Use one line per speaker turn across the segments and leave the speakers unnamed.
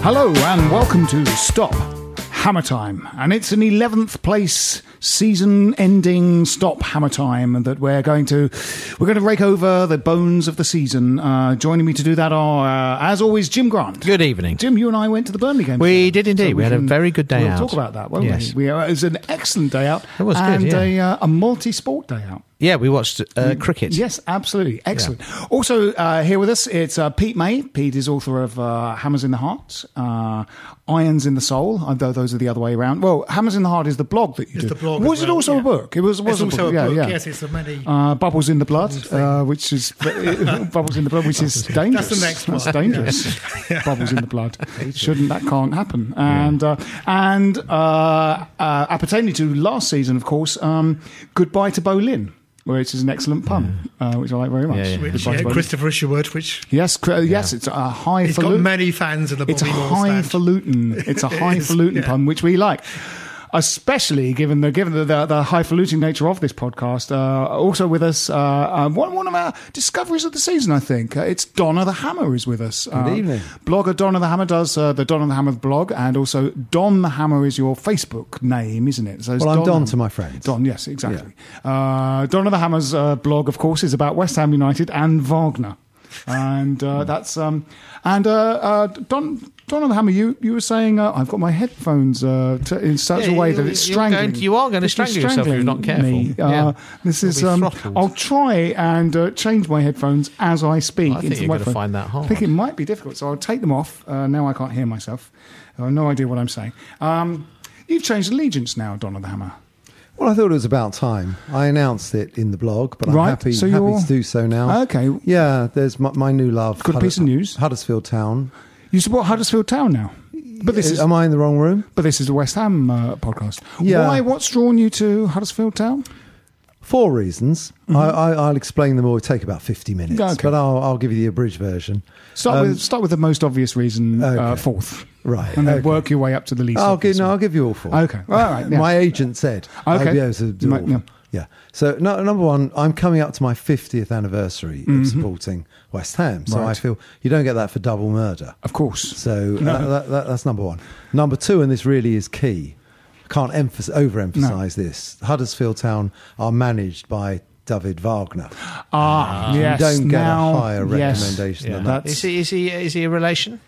Hello and welcome to Stop Hammer Time. And it's an 11th place season ending Stop Hammer Time that we're going to we're going to rake over the bones of the season. Uh, joining me to do that are uh, as always Jim Grant.
Good evening.
Jim, you and I went to the Burnley game. together.
We did indeed. We had a
can-
very good day
we'll
out.
talk about that, won't
Yes.
we? we uh, it was an excellent day out.
It was good,
and
yeah.
a, uh, a multi-sport day out.
Yeah, we watched uh, cricket.
Mm, Yes, absolutely. Excellent. Also, uh, here with us, it's uh, Pete May. Pete is author of uh, Hammers in the Heart, uh, Irons in the Soul, although those are the other way around. Well, Hammers in the Heart is the blog that you
It's
do.
the blog
was
as
it
well,
also a
yeah.
book? It was, was
It's also a
yeah,
book,
yeah.
yes, it's a many-
Uh, Bubbles in the Blood, uh, which is. Bubbles in the Blood, which is dangerous.
That's the next one.
dangerous. Bubbles in the Blood. Shouldn't, that can't happen. And, uh, and uh, uh, appertaining to last season, of course, um, Goodbye to Bolin. Which is an excellent pun, uh, which I like very much.
Mm. Yeah, yeah.
Goodbye
Which,
to
yeah,
Bolin.
Christopher Isherwood, which
Yes, cr- yes, it's a
he's got
highfalutin.
many fans in the
it's a
Bobby Moore stand.
highfalutin. It's a
It is,
highfalutin
yeah.
pun, which we like. Especially given the given the, the, the highfalutin nature of this podcast, uh, also with us uh, um, one one of our discoveries of the season, I think uh, it's Donna the Hammer is with us. Good
evening.
blogger Donna the Hammer does uh, the Donna the Hammer blog, and also Don the Hammer is your Facebook name, isn't it? So it's
Well, I'm Don
the-
to my friends.
Don, yes, exactly. Uh, Don of the Hammer's uh, blog, of course, is about West Ham United and Wagner, and uh,
Hmm.
that's um, and uh, uh, Don. Don of the Hammer, you, you were saying uh, I've got my headphones uh, t- in such
Yeah,
a way
you-
that it's
you're going-
strangling.
you are gonna
it's
strangle yourself if you're not
strangling
careful.
Me.
Yeah.
Uh, This
You'll
is.
be
Um,
throttled.
I'll try and uh, change my headphones as I speak.
I think
into the
you're gonna
microphone.
find that hard.
I think it might be difficult, so I'll take them off. Uh, now I can't hear myself. I have no idea what I'm saying. Um, you've changed allegiance now, Don of the Hammer.
Well, I thought it was about time. I announced it in the blog, but I'm
Right,
happy,
so
happy
you're-
to do so now.
Okay.
Yeah, there's my, my new love.
Good piece of news.
Huddersfield Town.
You support Huddersfield Town now, but this is
Am I in the wrong room?
but this is the West Ham uh, podcast.
um, Yeah.
Why? What's drawn you to Huddersfield Town?
Four reasons. I, I, I'll explain them all. It'll take about 50 minutes,
Mm-hmm. Okay.
but I'll, I'll give you the abridged version.
Start with start with the most obvious reason uh,
Um, Okay.
fourth,
Right,
and then
okay.
work your way up to the least.
I'll
obvious
give, no,
one.
I'll give you all four.
Okay. All right, yeah.
My agent said
Okay.
I'd be able to do
Ma-
all
yeah.
four. Yeah. So no, number one, I'm coming up to my 50th anniversary of supporting West Ham. So
Mm-hmm. Right.
I feel you don't get that for double murder.
Of course.
So that, that, that, that's number one. Number two, and this really is key. I can't emphasize, overemphasize this. Huddersfield Town are managed by David Wagner.
Ah, yes.
don't get a
now,
higher
yes.
recommendation than
That's-
Is he, is he is he a relation?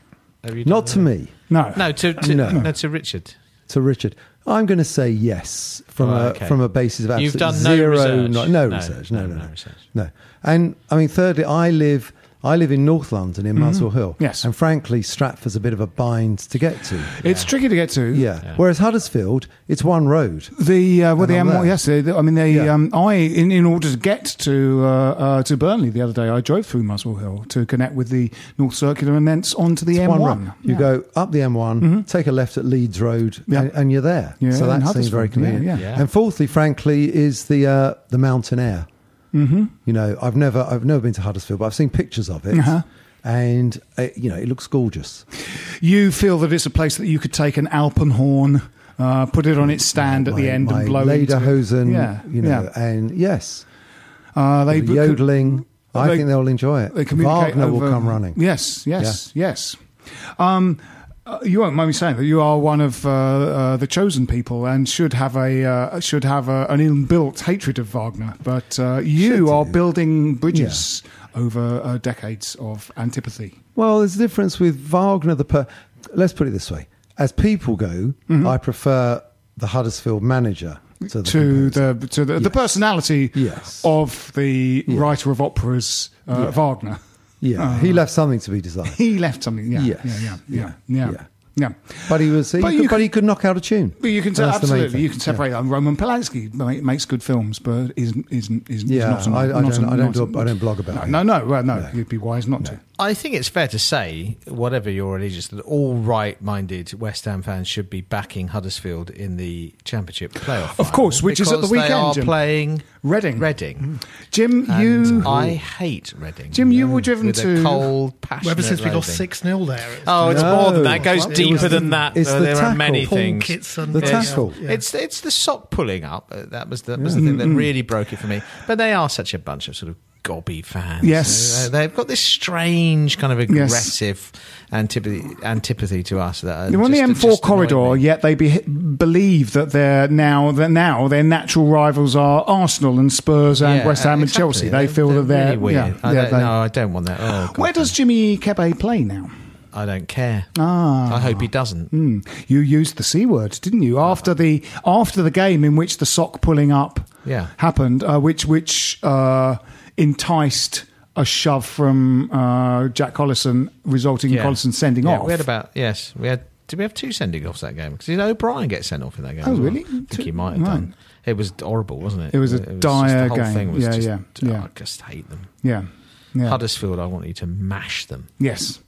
Have you
Not
done
to me,
No.
that? No, to, to
No.
no. to Richard.
to Richard. I'm going to say yes from
Right,
a
okay.
from a basis of absolute
You've done no
zero,
research.
kno- no,
No,
research, no,
no,
no, no,
no research.
no. And I mean, thirdly, I live I live in North London
Mm-hmm.
in Muswell Hill.
Yes.
and frankly, Stratford's a bit of a bind to get to.
It's tricky to get to.
Yeah. Whereas Huddersfield, it's one road.
The uh, well, the
And I'm
M1,
there.
yes, the- the- I mean, they.
Yeah.
Um, I in, in order to get to uh, uh, to Burnley the other day, I drove through Muswell Hill to connect with the North Circular and thence onto the M1.
It's one run. You
Yeah. Mm-hmm.
go up the M1, take a left at Leeds Road,
Yeah.
and, and you're there.
Yeah,
so
in
that seems very
Huddersfield,
convenient.
yeah, yeah.
Yeah.
And fourthly, frankly, is the uh, the mountain air. Mm-hmm. You know, I've never I've never been to Huddersfield, but I've seen pictures of it,
Uh-huh.
and it, you know, it looks gorgeous.
you feel that it's a place that you could take an Alpenhorn, uh, put it on its stand at
My-
the end
my
and blow into it.
Lederhosen,
Yeah,
you know,
yeah.
and yes,
Uh, they
the yodeling. I
they-
think they'll enjoy it.
They communicate
Wagner will
over-
come running.
Yes, yes, yes. Um, uh, you won't mind me saying that you are one of uh, uh, the chosen people and should have a uh, should have a, an inbuilt hatred of Wagner. But uh,
Should
you
do.
are building bridges over uh, decades of antipathy.
Well, there's a difference with Wagner. The per- let's put it this way: as people go,
Mm-hmm.
I prefer the Huddersfield manager to the,
to
composer.
the to the, the personality
Yes.
of the
Yeah.
writer of operas, uh, Wagner.
yeah.
uh,
he left something to be desired,
He left something. Yeah,
Yes.
yeah, yeah, yeah,
Yeah.
yeah, yeah.
but he was he
But
could,
you
but
can-
he could knock out a tune.
But you can
And
tell,
that's the main
absolutely
thing.
you can separate them. Roman Polanski ma- makes good films, but isn't isn't isn't
Yeah,
not an,
I- I
not
don't-
an-
I don't
not
do-
an-
I don't blog about him.
No, no, no, well, no, You'd be wise not to.
I think it's fair to say, whatever your allegiance, that all right-minded West Ham fans should be backing Huddersfield in the Championship playoff.
Of
final
course, which is at the
because They
weekend,
are
Jim.
playing
Reading.
Reading.
Jim,
And
you
I hate Reading. Mm.
Jim, you were driven
with
to-
a cold, passionate.
Ever since we lost
loathing.
six 0 there, it's
Oh, it's
No.
more than that. It goes
It was
deeper
the-
than that.
it's the
there are
tackle.
many
Paul
things.
Kitson.
The
Yeah.
tackle.
Yeah.
It's it's the sock pulling up. Uh, That was the was
Mm,
the thing that really broke it for me. But they are such a bunch of sort of gobby fans.
Yes.
Uh, they've got this strange kind of
Yes.
aggressive antipathy antipathy to us. That uh,
They're on the
just-
M4
just annoyed
corridor,
me.
yet they be, believe that they're now that now their natural rivals are Arsenal and Spurs and
Yeah,
West Ham
exactly.
and Chelsea. They
They're-
feel
they're
that they're
really weird.
yeah,
I
yeah,
don't,
they-
no, I don't want that. Oh, God,
Where does Jimmy Kebe play now?
I don't care.
Ah.
I hope he doesn't.
Hmm. You used the c word, didn't you? After the after the game in which the sock pulling up
Yeah.
happened, uh, which which uh, enticed a shove from uh, Jack Collison, resulting
Yeah.
in Collison sending
Yeah,
off.
We had about yes, we had. Did we have two sending offs that game? Because did O'Brien get sent off in that game?
Oh,
as well?
really?
I think
Two-
he might have
right.
done. It was horrible, wasn't it?
It was a
just-
dire
the whole
game.
Thing was
Yeah,
just,
yeah,
oh,
yeah.
I just hate them.
yeah, yeah,
Huddersfield, I want you to mash them.
yes.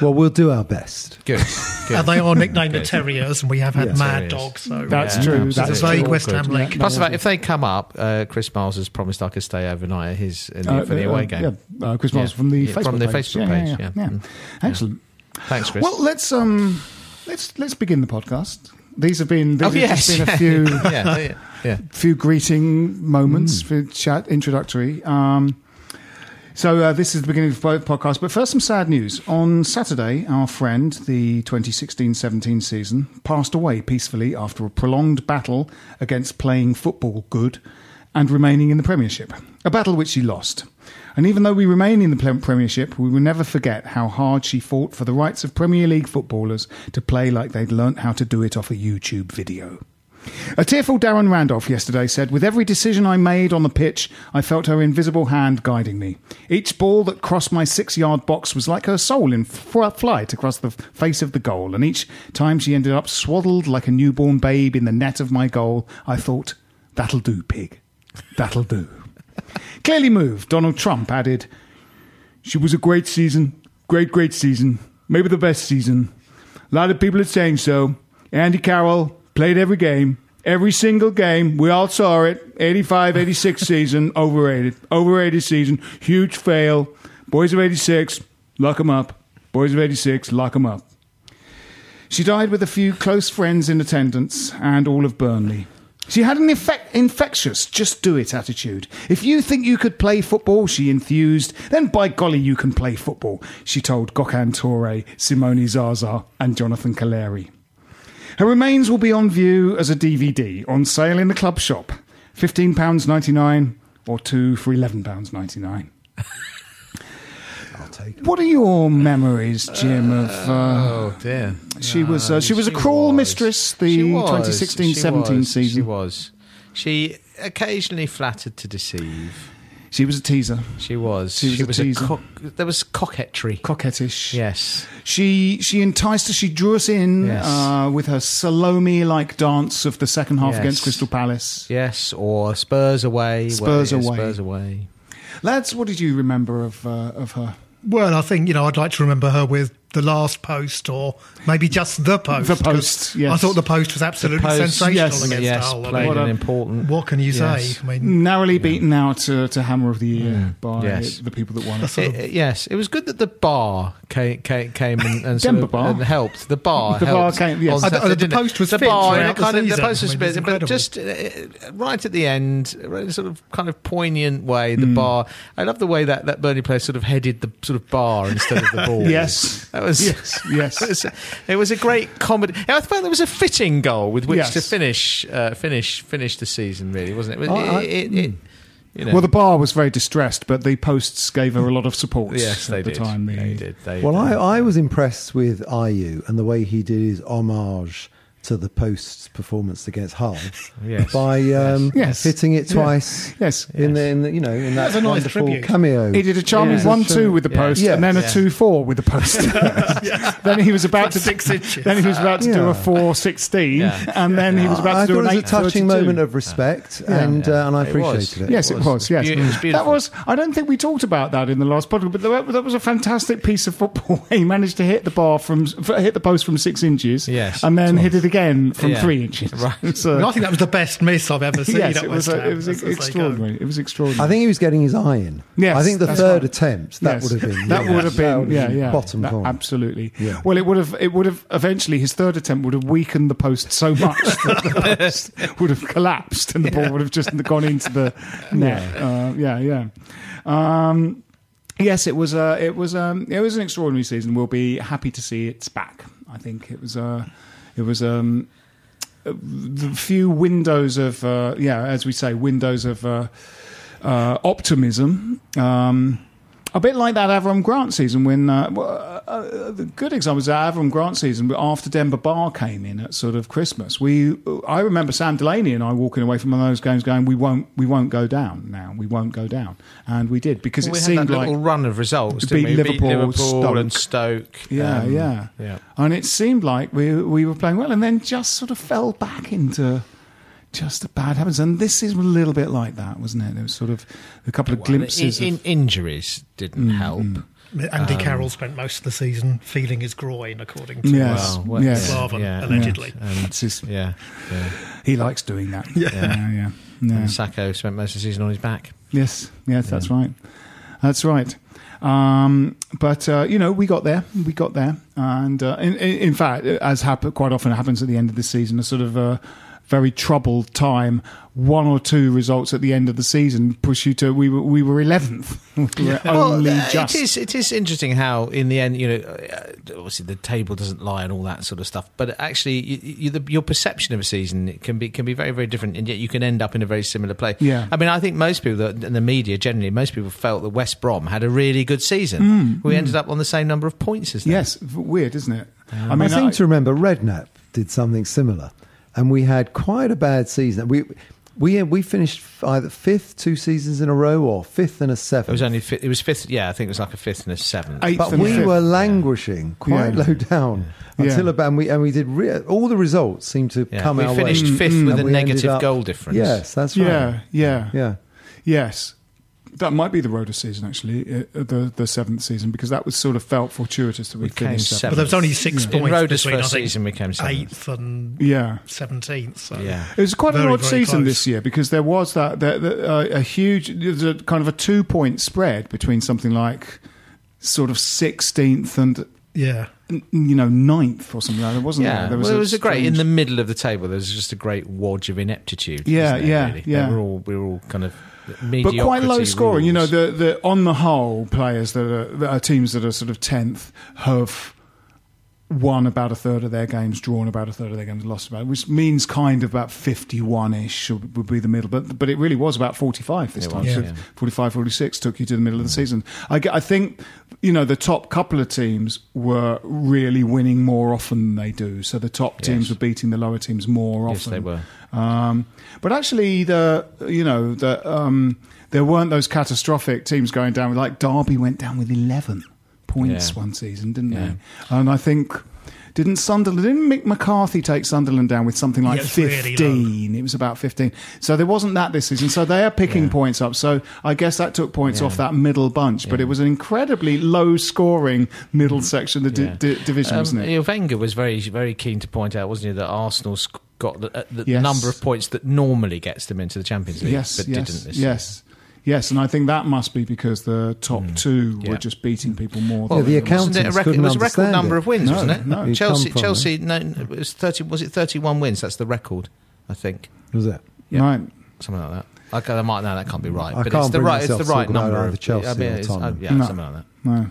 Well, we'll do our best.
Good. good.
And Uh, they are nicknamed the
Good.
Terriers, and we have had Mad
Terriers.
Dog. So
That's true.
It's a
That's
vague
true.
West Ham link.
Plus, about if they come up, uh, Chris Miles has promised I could stay overnight at his in the,
Uh,
for the away
uh,
game.
Yeah, uh, Chris Miles
Yeah.
from the
Yeah,
Facebook
from the
page.
Facebook
yeah,
page,
yeah,
yeah.
yeah.
Mm.
Excellent.
Thanks, Chris.
Well, let's um, let's let's begin the podcast. These have been these
oh
have
yes,
just been a few
yeah, yeah, yeah.
few greeting moments for chat introductory. Um, so uh, this is the beginning of the podcast, but first some sad news. On Saturday, our friend, the 2016-17 season, passed away peacefully after a prolonged battle against playing football good and remaining in the Premiership. A battle which she lost. And even though we remain in the Prem- Premiership, we will never forget how hard she fought for the rights of Premier League footballers to play like they'd learnt how to do it off a YouTube video. A tearful Darren Randolph yesterday said, With every decision I made on the pitch, I felt her invisible hand guiding me. Each ball that crossed my six yard box was like her soul in fl- flight across the face of the goal, and each time she ended up swaddled like a newborn babe in the net of my goal, I thought, That'll do, pig. That'll do. Clearly moved, Donald Trump added, She was a great season. Great, great season. Maybe the best season. A lot of people are saying so. Andy Carroll played every game, every single game. We all saw it. 85, 86 season, overrated. Overrated season, huge fail. Boys of 86, lock 'em up. Boys of 86, lock 'em up. She died with a few close friends in attendance and all of Burnley. She had an effect, infectious, just do it attitude. If you think you could play football, she enthused, then by golly, you can play football, she told Gokhan Torre, Simone Zaza, and Jonathan Caleri. Her remains will be on view as a DVD on sale in the club shop, £15.99 or two for £11.99.
I'll take. it.
What are your memories, Jim, of. Uh,
Oh dear.
She was, uh, she was a cruel mistress the
She was.
2016-17
She was.
season.
She was. She occasionally flattered to deceive.
She was a teaser,
She was.
She was a teaser.
cock, there was coquetry.
coquettish.
yes.
She she enticed us. She drew us in
Yes.
uh, with her Salome-like dance of the second half
Yes.
against Crystal Palace.
Yes, or Spurs away.
Spurs
Well, yeah,
away.
Spurs away.
Lads, what did you remember of uh, of her?
Well, I think you know I'd like to remember her with the last post, or maybe just the post.
The post,
'cause
yes.
I thought the post was absolutely
Post-
sensational
yes,
against
yes,
Hull. I
played
mean,
a-
an important.
what can you
Yes.
say? I mean,
Narrowly beaten out uh, to Hammer of the Year by
Yes.
the people that won it.
It- it- yes, it was good that the bar came came, came and, and, sort
Denver
of-
bar.
and helped. The bar,
The bar
helped
came, yes.
on
Oh, the-
Saturday,
the
didn't it?
post was
the
fit
bar in a
throughout the
kind of the
season.
post was
I mean, it's
fit, but
incredible.
just uh, right at the end, right in a sort of kind of poignant
Mm.
way. The bar. I love the way that that Burnley player sort of headed the sort of bar instead of the ball.
Yes.
that That was
Yes, yes.
it, was, it was a great comedy. I felt it was a fitting goal with which
Yes.
to finish, uh, finish, finish the season. Really, wasn't it? It-
I- I- hmm.
it- it- you know.
Well, the bar was very distressed, but the posts gave her a lot of support.
yes, they
at the
did.
time. The-
They did. They
Well,
did.
I, I was impressed with IU and the way he did his homage to the post's performance against Hull
Yes.
by um,
Yes.
hitting it
Yeah.
twice.
Yes.
in the, in the you know in that
That's a nice
wonderful
tribute.
cameo.
He did a charming
Yeah.
one-two with the
Yeah.
post,
Yeah.
and then a
Yeah.
two-four with the post. Then he was about to
Six inches.
Then he was about to do
Yeah.
a four-sixteen,
Yeah.
and then he was about
I
to do
thought
an
it was a
eight.
touching moment of respect, and
Yeah.
Uh, and I
It was.
appreciated it.
Yes, it was. yes,
beau- it was beautiful.
that was. I don't think we talked about that in the last podcast, but that, that was a fantastic piece of football. he managed to hit the bar from hit the post from six inches,
Yes,
and then
it
hit it again from
Yeah.
three inches.
Right.
So-
I think that was the best miss I've ever seen.
Mm. yes,
at
it was.
West
uh,
Ham.
It was
um,
That's as they go.
extraordinary. It was extraordinary.
I think he was getting his eye in.
Yes,
I think the
that's
third
right.
attempt that
Yes.
would have been
that
yeah,
would have
that
been
would
yeah
been
yeah
bottom
That-
corner.
absolutely
Yeah.
well it would have it would have eventually his third attempt would have weakened the post so much that the post would have collapsed and the ball would have just gone into the net Uh, yeah yeah. Um, Yes, it was. Uh, it was. Um, it was an extraordinary season. We'll be happy to see it's back. I think it was. Uh, it was. Um, the few windows of uh, yeah, as we say, windows of uh, uh, optimism. Um, a bit like that Avram Grant season when uh, well, uh, uh, the good example is that Avram Grant season but after Denver Bar came in at sort of Christmas. We I remember Sam Delaney and I walking away from one of those games going we won't we won't go down now we won't go down and we did because
we
it
had
seemed
that
like
little run of results. Didn't
Beat
we? We
Liverpool, Stoke.
and Stoke.
Yeah,
Um,
yeah,
yeah.
And it seemed like we we were playing well, and then just sort of fell back into just the bad habits. And this is a little bit like that, wasn't it? There was sort of a couple of
Well,
glimpses.
in,
of, Mm,
in- injuries didn't help.
Um,
Andy Carroll spent most of the season feeling his groin, according to
Yes.
uh,
what-
yes.
Slavin,
yeah,
allegedly.
yeah. And-
It's his-
yeah, yeah.
he likes doing that. Yeah, yeah, yeah.
And Sacco spent most of the season on his back.
Yes, yes, that's right. That's right. Um, but uh, you know, we got there. We got there, and uh, in, in in fact, as happen, quite often happens at the end of the season, a sort of uh very troubled time. One or two results at the end of the season push you to. We were we were eleventh. we were only
uh,
just.
It is, it is interesting how, in the end, you know, uh, obviously the table doesn't lie and all that sort of stuff. But actually, you, you, the, your perception of a season can be can be very, very different, and yet you can end up in a very similar place.
Yeah.
I mean, I think most people that, in the media generally, most people felt that West Brom had a really good season. we ended up on the same number of points as them.
Mm, Yes, v- weird, isn't it?
I, seem to remember Redknapp did something similar, and we had quite a bad season. We we we finished either fifth two seasons in a row or fifth and a seventh.
It was only fi- it was fifth. Yeah, I think it was like a fifth and a seventh.
Eighth
but
and
we
fifth.
were languishing quite
Yeah.
low down
Yeah.
until about and we and we did re- all the results seemed to
Yeah.
come
We
our
finished
way. Mm-hmm.
fifth
And
with a
we ended
negative
up-
goal difference.
Yes, that's right.
Yeah, yeah,
yeah.
Yes, that might be the Rhoda season actually, uh, the the seventh seson, because that was sort of felt fortuitous that we,
We came
finished
seventh.
But there was only six
In
points
Rhoda's
between I
first
think,
season, we came seventh.
eighth and
Yeah.
seventeenth. So.
Yeah.
It was quite an
Very,
odd
very
season
close.
this year because there was that, that, that uh, a huge, there's a kind of a two point spread between something like sort of 16th and,
yeah.
n- you know, 9th or something like that, wasn't
Yeah,
there?
well, it was a great in
strange-
the middle of the table. There was just a great wodge of ineptitude.
Yeah,
wasn't there,
yeah,
really?
yeah.
They were all we were all kind of
but
mediocrity
quite low scoring. You know,
rules.
the, the on the whole, players that are, that are teams that are sort of tenth have won about a third of their games, drawn about a third of their games, lost about, which means kind of about fifty-one ish would be the middle. But but it really was about forty-five this
It
time.
was,
So
yeah.
45, 46 took you to the middle of the season. I, get- I think you know the top couple of teams were really winning more often than they do. So the top teams
Yes.
were beating the lower teams more
Yes,
often.
they were.
Um, but actually, the you know the um, there weren't those catastrophic teams going down. Like Derby went down with eleven points
Yeah.
one season, didn't
Yeah.
they? And I think didn't Sunderland didn't Mick McCarthy take Sunderland down with something like
Yeah, it's really
fifteen? it was about fifteen. So there wasn't that this season. So they are picking points up. So I guess that took points off that middle bunch. But it was an incredibly low scoring middle section of the
Mm-hmm. Yeah.
di- di- division,
Um,
wasn't it?
yeah, Wenger was very very keen to point out, wasn't he, that Arsenal sc- got the, uh, the
Yes.
number of points that normally gets them into the Champions League,
Yes,
but
yes,
didn't this year. Mm.
yes, yes, and I think that must be because the top two
yeah.
were just beating people more.
Well,
than
the
the others.
accountants
Wasn't it, a record, it
couldn't
was a record
understand
number
it.
of wins,
No,
wasn't it?
no.
You'd
Chelsea,
come from
Chelsea, no, it was thirty. Was it thirty-one wins? That's the record, I think,
Was it?
right?
something like that. Like, I might no, that can't be right,
I
but
can't
it's the
bring
right, it's
myself
the
to
right
talk about
number
either
of
Chelsea or
it's- uh,
Tottenham.
yeah,
No.
something like that.
No.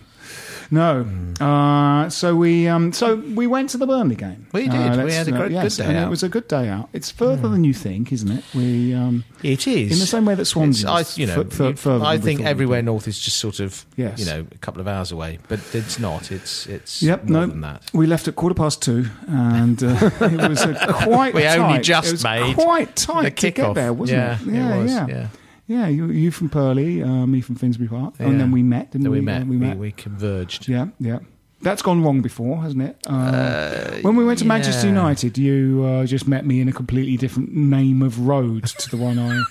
No.
Mm.
Uh, so we um, so we went to the Burnley game.
We did.
Uh,
We
let's-
had a great-
yes,
good day
and It
out.
was a good day out. It's further than you think, isn't it? We um,
It is
In the same way that Swansea
It's-
is
I, you know,
fu- fu-
you-
further
I
than we
think
thought it'd
everywhere
be.
north is just sort of
Yes.
you know a couple of hours away, but it's not. It's it's
Yep,
more
no.
than that.
We left at quarter past two, and uh, it was a quite.
We
tight,
only just
it was
made
quite tight
the
to get
kickoff.
there, wasn't
Yeah,
it?
it was, yeah.
Yeah, you, you from Purley, uh, me from Finsbury Park, and then
Yeah.
we met. Didn't
Then
we?
we, met.
Uh,
We, we converged.
Yeah, yeah. That's gone wrong before, hasn't it? Um, when we went to Manchester
Uh, yeah.
United, you uh, just met me in a completely different name of road to the one I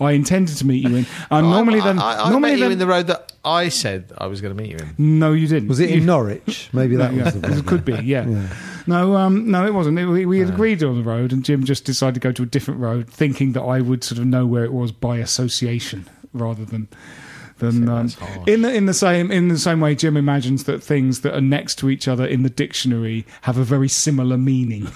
I intended to meet you in. And normally,
I,
then
I, I
normally
met
then,
you in the road that I said I was going to meet you in.
no, you didn't.
Was it
You-
in Norwich? Maybe that
yeah,
was the
it
one.
could be, yeah. No, um, no, it wasn't. It, we we had agreed on the road, and Jim just decided to go to a different road, thinking that I would sort of know where it was by association rather than than um, in the in the same in the same way. Jim imagines that things that are next to each other in the dictionary have a very similar meaning.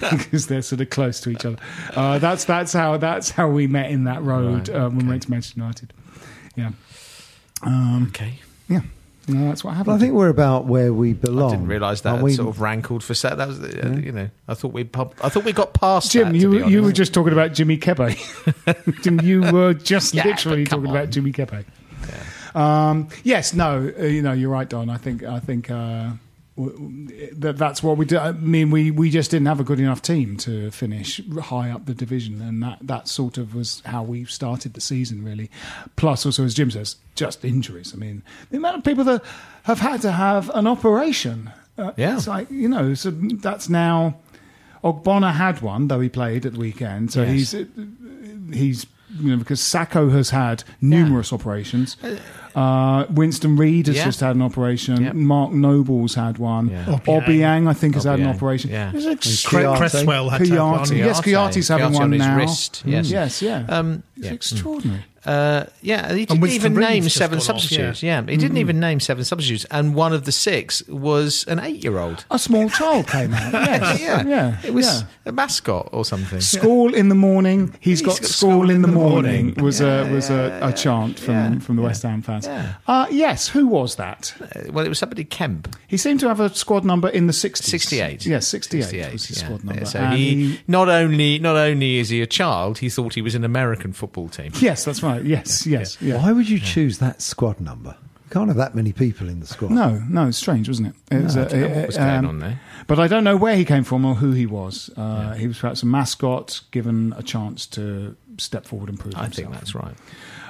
because they're sort of close to each other. Uh, that's that's how that's how we met in that road
Right,
uh, when we went to Manchester United. Yeah,
Okay.
yeah. No, that's what happened.
But I think we're about where we belong.
I
Oh,
didn't realise that
aren't we?
sort of rankled for set. That was, uh, you know, I thought we pub- I thought we got past.
Jim,
that,
you
to be
you were
honest.
just talking about Jimmy Kepe. Jim, you were just
Yeah,
literally
but come
talking about
on.
Jimmy Kepe. Um, yes, no, uh, you know, you're right, Don. I think I think uh, w- w- that that's what we do. I mean, we, we just didn't have a good enough team to finish high up the division, and that that sort of was how we started the season, really. Plus, also as Jim says, just injuries. I mean, the amount of people that have had to have an operation. Uh,
Yeah.
it's like you know, so that's now. Ogbonna had one, though he played at the weekend. So
Yes.
he's uh, he's you know because Sacco has had numerous operations. Uh, Winston Reed has
Yeah.
just had an operation.
Yep.
Mark Noble's had one.
Yeah.
Obiang, I think, has had an
Obiang,
operation.
yeah.
There's a
Cre-
Piatti.
Cresswell had to have one.
Piatti. Yes, Piatti's having
Piatti
one
on his
now.
wrist, yes.
Mm. yes, yeah.
Um,
it's
yeah.
extraordinary.
Uh, yeah, he didn't
Winston
even
Reed's
name
just
seven
gone off,
substitutes. yeah. he
Mm-hmm.
didn't even name seven substitutes, and one of the six was an eight-year-old.
A small child came out. Yes. yeah, Ah, yeah,
it was
yeah.
a mascot or something.
School in the morning. he's got,
got
school, in the morning. Was a was a, a chant from,
yeah,
from the West Ham fans.
yeah.
Uh, yes, who was that?
Uh, Well, it was somebody Kemp,
He seemed to have a squad number in the 60s.
sixty-eight.
Yeah, 68, was his
yeah.
squad number.
So
And
he,
he-
not only not only is he a child, he thought he was an American football team.
Yes, that's right. Yes, yes, yeah.
Why would you choose that squad number? You can't have that many people in the squad.
No, no, it's strange, wasn't it? It was,
I don't know
uh,
what was
uh,
going
um,
on there.
But I don't know where he came from or who he was. Uh, He was perhaps a mascot given a chance to step forward and prove
I
himself.
think that's right.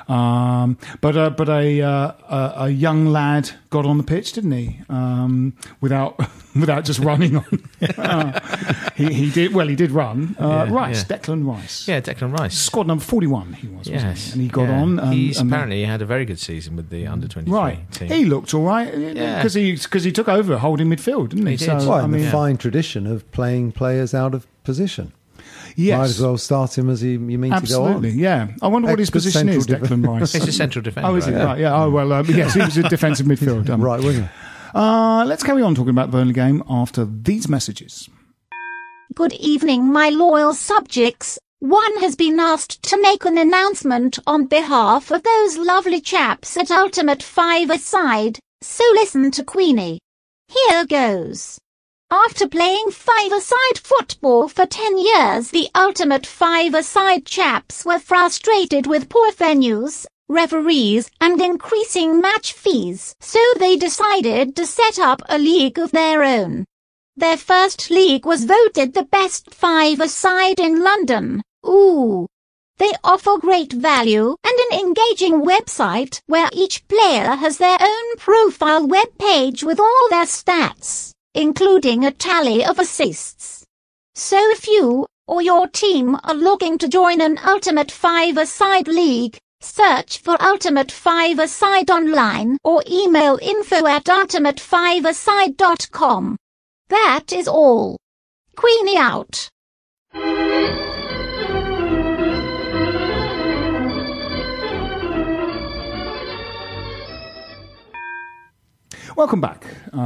Um, but uh, but a, uh, a a young lad got on the pitch, didn't he? Um, without without just running on. he, he did well. He did run. Uh,
Yeah,
Rice,
yeah.
Declan Rice.
Yeah, Declan Rice.
Squad number forty-one. He was. Wasn't he?
Yes,
And he got
yeah.
on. And,
He's
and-
apparently had a very good season with the under twenty three
right.
team.
He looked all right
Yeah.
because he because he took over holding midfield, didn't he?
He did.
So
Well,
I
in
mean,
the fine tradition of playing players out of position.
yes,
Might as well start him as he, you mean
absolutely.
to
Yeah. I wonder what his
Expert
position
central
is, Declan Rice.
He's a central defender.
Oh, is it?
I think.
Right, yeah. Oh, well, um, yes, he was a defensive midfielder.
go on.
Um,
Right winger.
Uh, let's carry on talking about the Burnley game after these messages.
Good evening, my loyal subjects. One has been asked to make an announcement on behalf of those lovely chaps at Ultimate Five Aside, so listen to Queenie. Here goes. After playing five-a-side football for 10 years, the ultimate five-a-side chaps were frustrated with poor venues, referees, and increasing match fees, so they decided to set up a league of their own. Their first league was voted the best five-a-side in London. Ooh. They offer great value and an engaging website where each player has their own profile webpage with all their stats, including a tally of assists. So if you or your team are looking to join an Ultimate Five-A-Side League, search for Ultimate Five-A-Side online or email info at ultimatefiveaside.com. That is all. Queenie out.
Welcome back. Uh,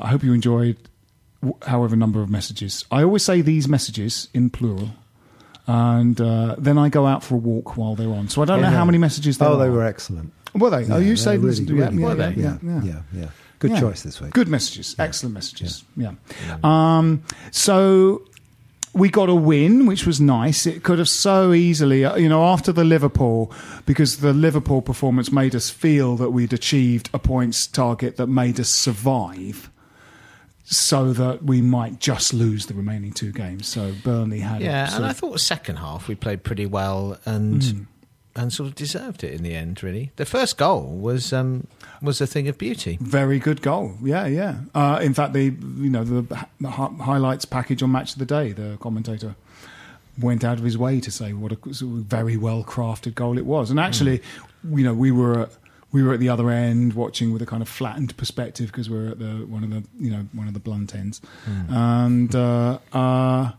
I hope you enjoyed w- however number of messages. I always say these messages in plural. And uh, then I go out for a walk while they're on. So I don't know how many messages there
Oh, they
are.
were excellent.
Were they? oh, you say listen to that?
yeah,
Were they?
Yeah, yeah, yeah, yeah. Good
Yeah.
choice this week.
Good messages. Excellent messages. Yeah. Um, so we got a win, which was nice. It could have so easily, uh, you know, after the Liverpool, because the Liverpool performance made us feel that we'd achieved a points target that made us survive. So that we might just lose the remaining two games. So Burnley had it.
Yeah,
So-
and I thought the second half we played pretty well and and sort of deserved it in the end. Really, the first goal was um, was a thing of beauty.
Very good goal. Yeah, yeah. Uh, in fact, the you know the, the hi- highlights package on Match of the Day, the commentator went out of his way to say what a very well crafted goal it was. And actually, you know, we were at, we were at the other end watching with a kind of flattened perspective because we are at the one of the you know one of the blunt ends.
Hmm.
And uh, uh,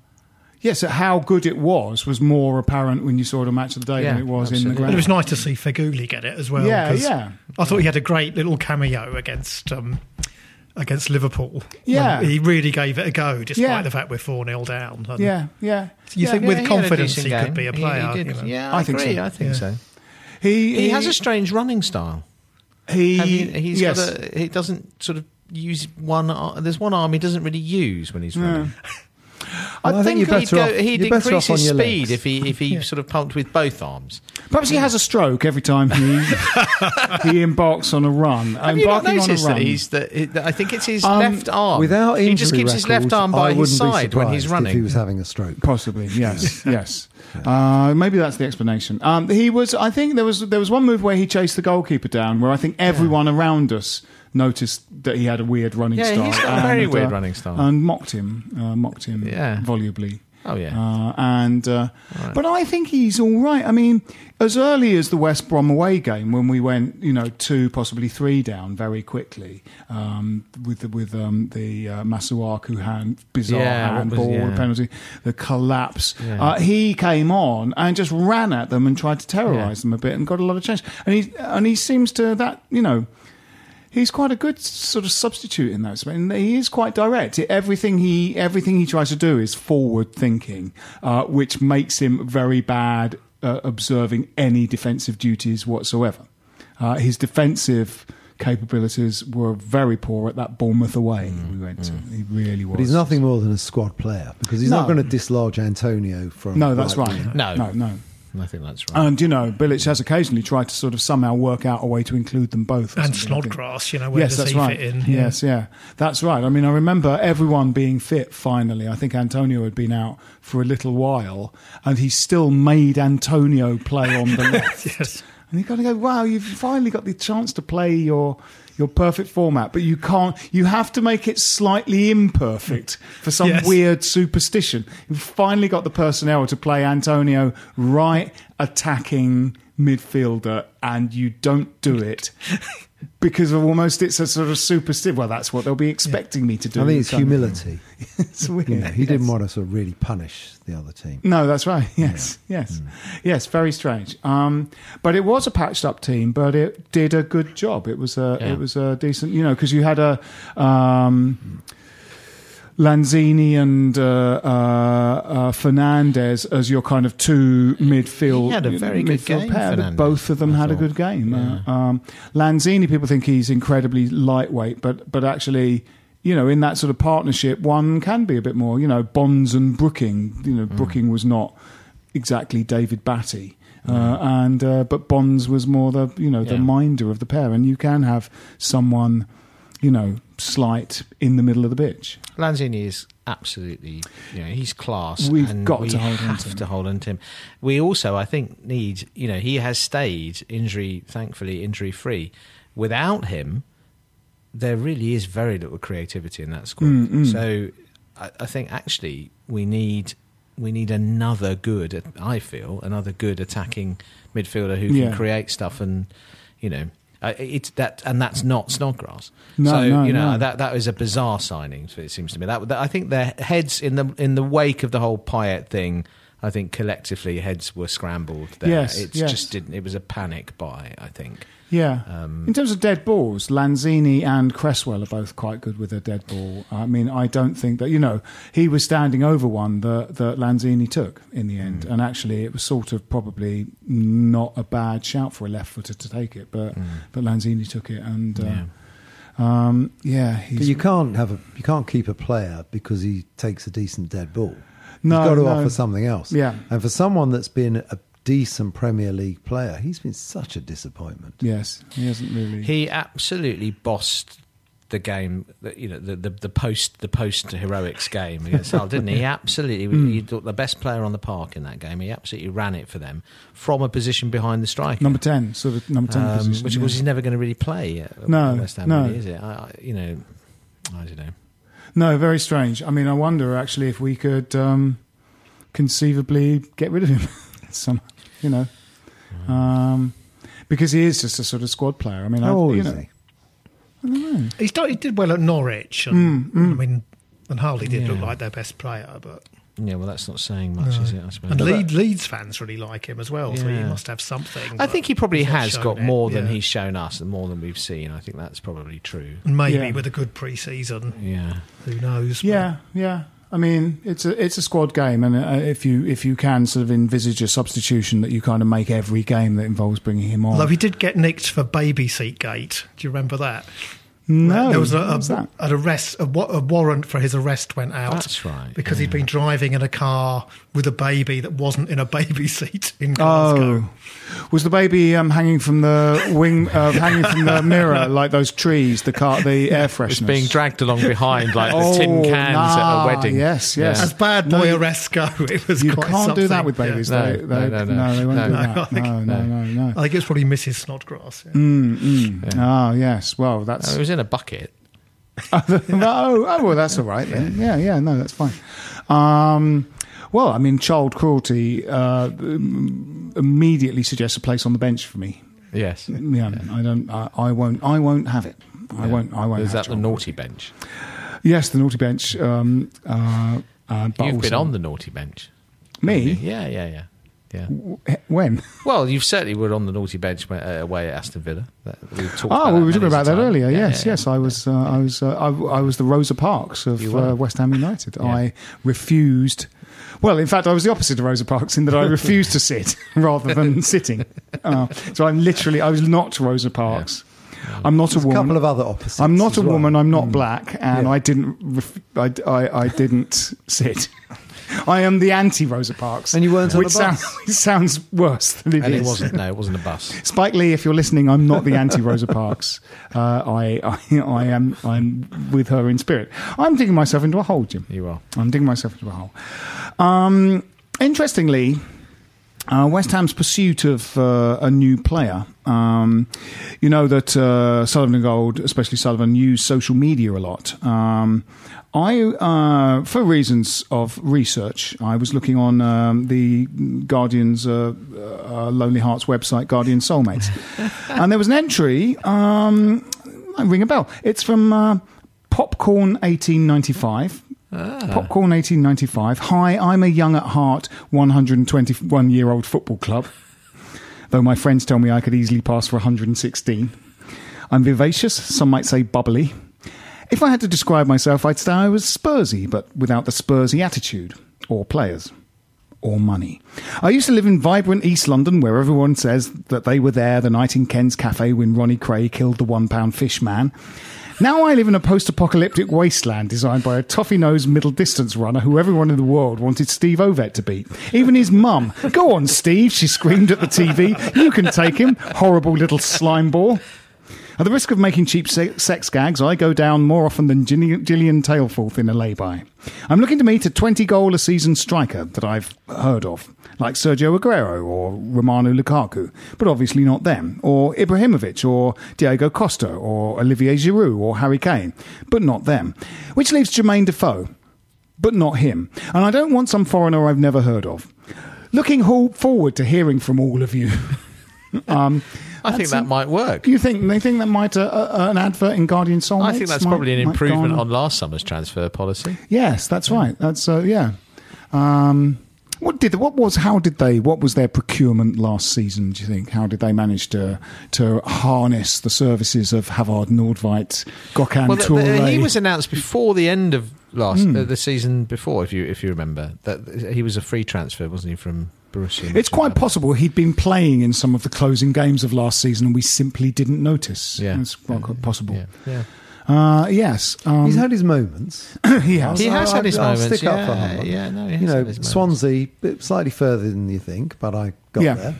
yes, how good it was was more apparent when you saw it on Match of the Day
Yeah,
than it was in
absolutely.
the ground.
And it was nice to see Figuli get it as well.
Yeah,
'cause
yeah.
I thought he had a great little cameo against um, against Liverpool.
Yeah.
When he really gave it a go, despite
Yeah.
the fact we're four 0 down. And
yeah, yeah.
you
yeah.
think
Yeah,
with
he had a
confidence
decent
he could
game.
be a
He- he
player.
did.
you know.
Yeah, I,
I think so.
agree. I think
Yeah.
so.
he,
He has a strange running style.
he
Have you, he's
yes.
got a, he doesn't sort of use one. ar- There's one arm he doesn't really use when he's running.
Well, I think you're
he'd,
better off-
he'd
you're better
increase
off on
his
your
speed
legs.
if he if he sort of pumped with both arms.
Perhaps he has a stroke every time he he embarks on a run.
Have you not
Embarking on a
noticed that
run.
he's that, he- that I think it's his left arm.
Um, Without injury
he just keeps his left
records,
arm by
I
his
wouldn't be
side when he's
surprised If
running.
he was having a stroke.
Possibly, yes, yes. Uh, maybe that's the explanation. Um, he was. I think there was there was one move where he chased the goalkeeper down, where I think everyone around us noticed that he had a weird running
Yeah,
style. uh,
he's got a very weird running style.
and mocked him, uh, mocked him
Yeah.
volubly.
Oh, yeah.
uh, and uh, but I think he's all right. I mean, as early as the West Brom away game when we went, you know, two possibly three down very quickly um, with the, with um, the uh, Masuaku hand bizarre
Yeah, what was-
handball
yeah.
penalty penalty, the collapse.
Yeah.
Uh, he came on and just ran at them and tried to terrorise them a bit and got a lot of change. And he and he seems to that you know. He's quite a good sort of substitute in that respect. And he is quite direct. Everything he everything he tries to do is forward thinking, uh, which makes him very bad uh, observing any defensive duties whatsoever. Uh, his defensive capabilities were very poor at that Bournemouth away
Mm,
we went to. He really was.
But he's nothing more than a squad player because he's not
No.
going to dislodge Antonio from.
No, that's
right.
right.
No.
no, no.
I think that's right.
And you know, Bilic has occasionally tried to sort of somehow work out a way to include them both. or
And
something, I think.
Snodgrass, you know, where
yes,
does
that's
he
right.
fit in?
Yes, yeah, that's right. I mean, I remember everyone being fit finally. I think Antonio had been out for a little while, and he still made Antonio play on the left.
Yes.
And you kind of go, wow, you've finally got the chance to play your your perfect format, but you can't. You have to make it slightly imperfect for some
Yes.
weird superstition. You've finally got the personnel to play Antonio right attacking midfielder, and you don't do it. Because of almost it's a sort of superstition. Well, that's what they'll be expecting me to do.
I think it's
kind of thing.
humility.
It's weird.
You know, he didn't
Yes.
want to sort of really punish the other team.
No, that's right.
Mm.
Yes, yes, yes. Very strange. Um, but it was a patched up team, but it did a good job. It was a,
Yeah.
it was a decent, you know, because you had a um, Lanzini and uh, uh, uh, Fernandez as your kind of two midfield.
had a very good
midfield
game,
pair, but
Fernandes,
both of them
I
had a
thought.
good game. Uh, um, Lanzini, people think he's incredibly lightweight, but but actually, you know, in that sort of partnership, one can be a bit more. You know, Bonds and Brooking. You know, Brooking was not exactly David Batty, uh, and uh, but Bonds was more the you know the
Yeah.
minder of the pair, and you can have someone, you know, slight in the middle of the pitch.
Lanzini is absolutely, you know, he's class.
We've
and
got
we
to hold on
have
to him.
to hold on to him. We also, I think, need, you know, he has stayed injury, thankfully, injury free. Without him, there really is very little creativity in that squad.
Mm,
So I, I think actually we need we need another good. I feel another good attacking midfielder who
Yeah.
can create stuff and you know. Uh, it's that, and that's not Snodgrass.
No,
so
no,
you know
no.
that that is a bizarre signing. so It seems to me that, that I think their heads in the in the wake of the whole Payet thing. I think collectively heads were scrambled. There.
Yes,
it
yes.
just didn't. It was a panic buy. I think.
Yeah.
Um,
in terms of dead balls, Lanzini and Cresswell are both quite good with their dead ball. I mean, I don't think that, you know, he was standing over one that, that Lanzini took in the end.
Mm.
And actually, it was sort of probably not a bad shout for a left footer to take it, but, but Lanzini took it. And uh,
Mm. Yeah.
yeah. Um, yeah, he's.
But you can't have a you can't keep a player because he takes a decent dead ball.
No,
You've got to
no.
offer something else.
Yeah.
And for someone that's been a decent Premier League player, he's been such a disappointment.
yes, he hasn't really.
He absolutely bossed the game, the- you know, the, the, the post the post heroics game against Hull, didn't he? He
Mm.
absolutely, he thought the best player on the park in that game. He absolutely ran it for them from a position behind the striker,
number 10, sort of number 10
um,
position.
which of
yeah.
course he's never going to really play. At
No,
West Ham,
no.
really, is it? I, I, you know, I don't know.
No, very strange. I mean, I wonder actually if we could um, conceivably get rid of him some, you know,
Mm-hmm.
um, because he is just a sort of squad player. I mean,
How
I,
old
you
is
know,
he?
He's done, he did well at Norwich,
Mm,
and I mean, and Harley did look
Yeah.
like their best player, but
Yeah, well, that's not saying much, is it? I suppose.
and Leeds, Leeds fans really like him as well, so he
Yeah.
must have something.
I
but
think he probably
he's not
has
shown
got
it,
more than
yeah.
he's shown us and more than we've seen. I think that's probably true.
And maybe
Yeah.
with a good pre-season,
Yeah.
who knows? but-
yeah, yeah. I mean, it's a it's a squad game, and uh, if you if you can sort of envisage a substitution that you kind of make every game that involves bringing him on.
Although he did get nicked for baby seat gate. Do you remember that?
no,
there was a,
what's
a,
Oh, that?
an arrest, a, wa- a warrant for his arrest went out.
That's right,
Because he'd
yeah.
been driving in a car with a baby that wasn't in a baby seat in Glasgow.
Oh, was the baby um, hanging from the wing, uh, hanging from the mirror like those trees? The car, the air fresheners.
It's being dragged along behind like the
Oh,
tin cans
nah,
at a wedding.
yes, yes.
As bad
No,
boy
you-
arrests go, it was
You
quite
can't do that
something,
with
yeah.
babies.
No,
they, they,
no, no, no.
they won't do
No,
that.
I think-
no, no, no, no.
I think it's probably Mrs. Snodgrass. yeah.
Mm, mm. Ah, yes. Well,
Uh,
that's
It was in a bucket.
no. Oh, well, that's all right then. Yeah, yeah. No, that's fine. Um, well, I mean, child cruelty uh, um, immediately suggests a place on the bench for me.
Yes.
Yeah, I don't. I, I won't. I won't have it. I won't. I won't.
Is
have
that the
child
naughty bench?
Yes, the naughty bench. Um, uh, uh, but
You've been
also-
on the naughty bench.
me.
Yeah, yeah, yeah. Yeah.
Wh- When?
Well, you certainly were on the naughty bench when- uh, away at Aston Villa. That, we talked about
Oh, we were
many
talking about
a
that
time.
earlier.
Yeah,
yes,
yeah,
yes.
yeah.
I was. Uh, I was. Uh, I, I was the Rosa Parks of
You were.
uh, West Ham United.
Yeah.
I refused. Well, in fact, I was the opposite of Rosa Parks in that I refused to sit rather than sitting. Uh, so I'm literally. I was not Rosa Parks. I'm not a
A
woman.
couple of other opposites.
I'm not
as
a
well.
woman. I'm not black, and
Yeah.
I didn't. Ref- I, I, I didn't sit. I am the anti Rosa Parks,
And you weren't on
which
the bus.
sounds sounds worse than it
And
is.
it wasn't, no, it wasn't a bus.
Spike Lee, if you're listening, I'm not the anti Rosa Parks. Uh, I, I, I am, I'm with her in spirit. I'm digging myself into a hole, Jim.
You are.
I'm digging myself into a hole. Um, interestingly, uh, West Ham's pursuit of uh, a new player. Um, you know that uh, Sullivan and Gold, especially Sullivan, use social media a lot. Um, I, uh, for reasons of research, I was looking on um, the Guardian's uh, uh, Lonely Hearts website, Guardian Soulmates, and there was an entry. Um, might ring a bell. It's from uh, Popcorn 1895. Popcorn 1895. Hi, I'm a young at heart 121 year old football club, though my friends tell me I could easily pass for 116. I'm vivacious, some might say bubbly. If I had to describe myself, I'd say I was Spursy, but without the Spursy attitude, or players, or money. I used to live in vibrant East London, where everyone says that they were there the night in Ken's Cafe when Ronnie Cray killed the one pound fish man. Now I live in a post apocalyptic wasteland designed by a toffee nosed middle distance runner who everyone in the world wanted Steve Ovett to beat. Even his mum. Go on, Steve, she screamed at the TV. You can take him, horrible little slime ball. At the risk of making cheap se- sex gags, I go down more often than Gilli- Gillian Tailforth in a lay-by. I'm looking to meet a 20-goal a season striker that I've heard of, like Sergio Aguero or Romano Lukaku, but obviously not them, or Ibrahimovic or Diego Costa or Olivier Giroud or Harry Kane, but not them, which leaves Jermaine Defoe but not him. And I don't want some foreigner I've never heard of. Looking ho- forward to hearing from all of you.
I think that might work.
You think they think that might uh, uh, an advert in Guardian Soulmates?
I think that's
might-
probably an
might go
improvement
on?
on last summer's transfer policy.
Yes, that's right. That's uh, yeah. Um, What did what was how did they what was their procurement last season? Do you think how did they manage to to harness the services of Havard Nordveit, Gökhan
Well, th- th-
Toure?
he was announced before the end of last uh, the season before, if you if you remember that he was a free transfer, wasn't he, from Borussia?
It's quite possible he'd been playing in some of the closing games of last season and we simply didn't notice.
Yeah.
It's quite quite possible.
Yeah. yeah.
Uh, yes. Um,
He's had his moments.
he has.
He has
I-
had his
I'll
moments,
Stick up for
yeah,
Harman.
yeah, no, he
you
has
know,
had his moments.
Swansea bit slightly further than you think, but I got
Yeah.
there.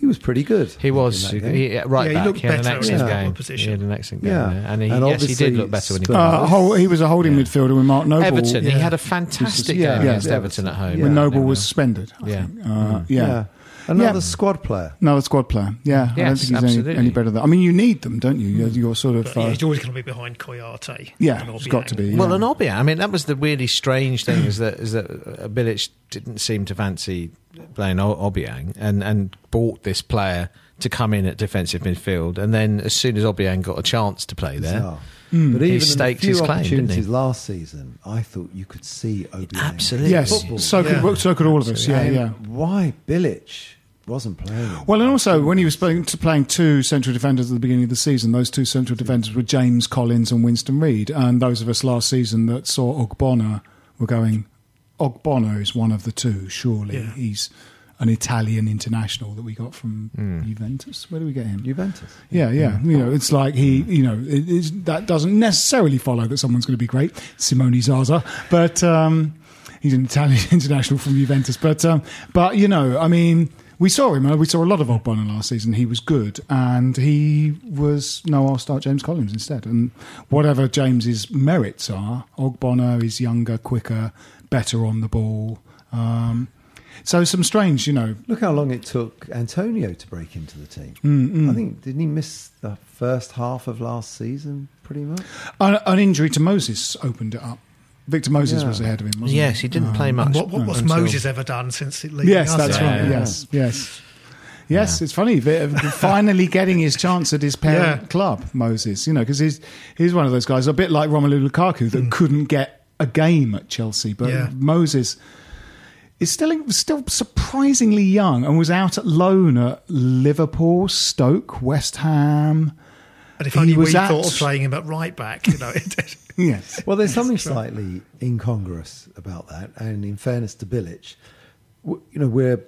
He was pretty good.
He was
in that
he-
game.
yeah, right
Yeah, he
back.
looked
He, had an
better in
excellent
that
game.
one position.
He had an excellent game.
Yeah.
Yeah. And, he,
And
yes, he
obviously
did look better when he
Spurs.
played.
Uh, Hol- he was a holding
Yeah.
midfielder when Mark Noble.
Everton. He
yeah,
had a fantastic
yeah,
game
yeah,
against
yeah,
Everton at home.
when
Yeah.
Noble was suspended. I
Yeah.
think. Uh, yeah.
Another
Yeah.
squad player.
Another squad player. Yeah. I don't think
Yes,
he's
absolutely.
Any, any better than I mean, you need them, don't you? You're, you're sort of.
But
uh,
yeah, he's always going to be behind Coyote.
yeah,
and
it's got
Obiang.
to be.
Well,
yeah.
and Obiang. I mean, that was the really strange thing is that is that uh, Bilic didn't seem to fancy playing O- Obiang and and bought this player to come in at defensive midfield, and then as soon as Obiang got a chance to play there,
Bizarre.
but
Mm.
But
Mm. he
even
staked
in the
his
few
claim, didn't
opportunities
he?
last season, I thought you could see Obi.
Absolutely.
Yes,
Football.
so could
Yeah.
so could all of us. Yeah, yeah.
Why Bilic wasn't playing?
Well, and also when he was playing, to playing two central defenders at the beginning of the season, those two central defenders were James Collins and Winston Reid. And those of us last season that saw Ogbonna were going, Ogbonna is one of the two, surely.
Yeah.
He's an Italian international that we got from Juventus. Where do we get him?
Juventus.
yeah, yeah. You know, it's like he, you know, it, it's, that doesn't necessarily follow that someone's going to be great. Simone Zaza, but um, he's an Italian international from Juventus. But um, but you know, I mean, we saw him. uh, We saw a lot of Ogbonna last season. He was good, and he was no. I'll start James Collins instead. And whatever James's merits are, Ogbonna is younger, quicker, better on the ball. Um, so some strange, you know,
Look how long it took Antonio to break into the team.
Mm,
I think didn't he miss the first half of last season pretty much?
An, an injury to Moses opened it up. Victor Moses
Yeah.
was ahead of him, wasn't Um,
Yes,
he?
he didn't play much.
And what, what was
until-
Moses ever done since it leaving
Yes,
us?
that's
Yeah.
right. Yes, yes. Yes, it's funny. Vi- Finally getting his chance at his parent
Yeah.
club, Moses, you know, because he's, he's one of those guys, a bit like Romelu Lukaku, that couldn't get a game at Chelsea. But
Yeah.
Moses is still, still surprisingly young and was out at loan at Liverpool, Stoke, West Ham.
And if
He
only
was
we
at-
thought of playing him at right back, you know. It,
Yes.
Well, there's something slightly incongruous about that, and in fairness to Bilic, w- you know, we're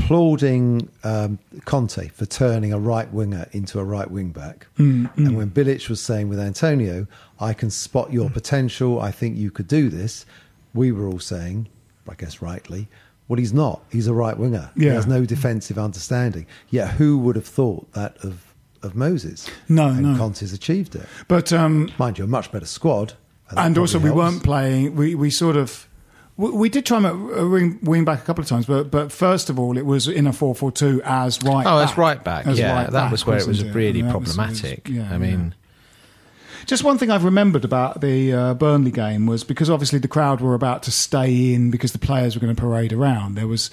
applauding um, Conte for turning a right winger into a right wing back.
Mm,
And when Bilic was saying with Antonio, "I can spot your potential. I think you could do this," we were all saying, I guess rightly. Well, he's not. He's a right winger. He
Yeah.
has no defensive understanding. Yet, who would have thought that of of Moses?
No,
and
no.
Conte's achieved it.
But um,
Mind you, a much better squad. that
and also we
probably helps.
weren't playing. We we sort of we, we did try him at uh, wing, wing back a couple of times, but but first of all, it was in a four four two as right.
Oh,
back,
that's right back.
As
yeah,
right
that
back,
was where it was
wasn't
really
And that was-
problematic.
was- yeah,
I mean,
yeah. just one thing I've remembered about the uh, Burnley game was because obviously the crowd were about to stay in because the players were going to parade around. There was.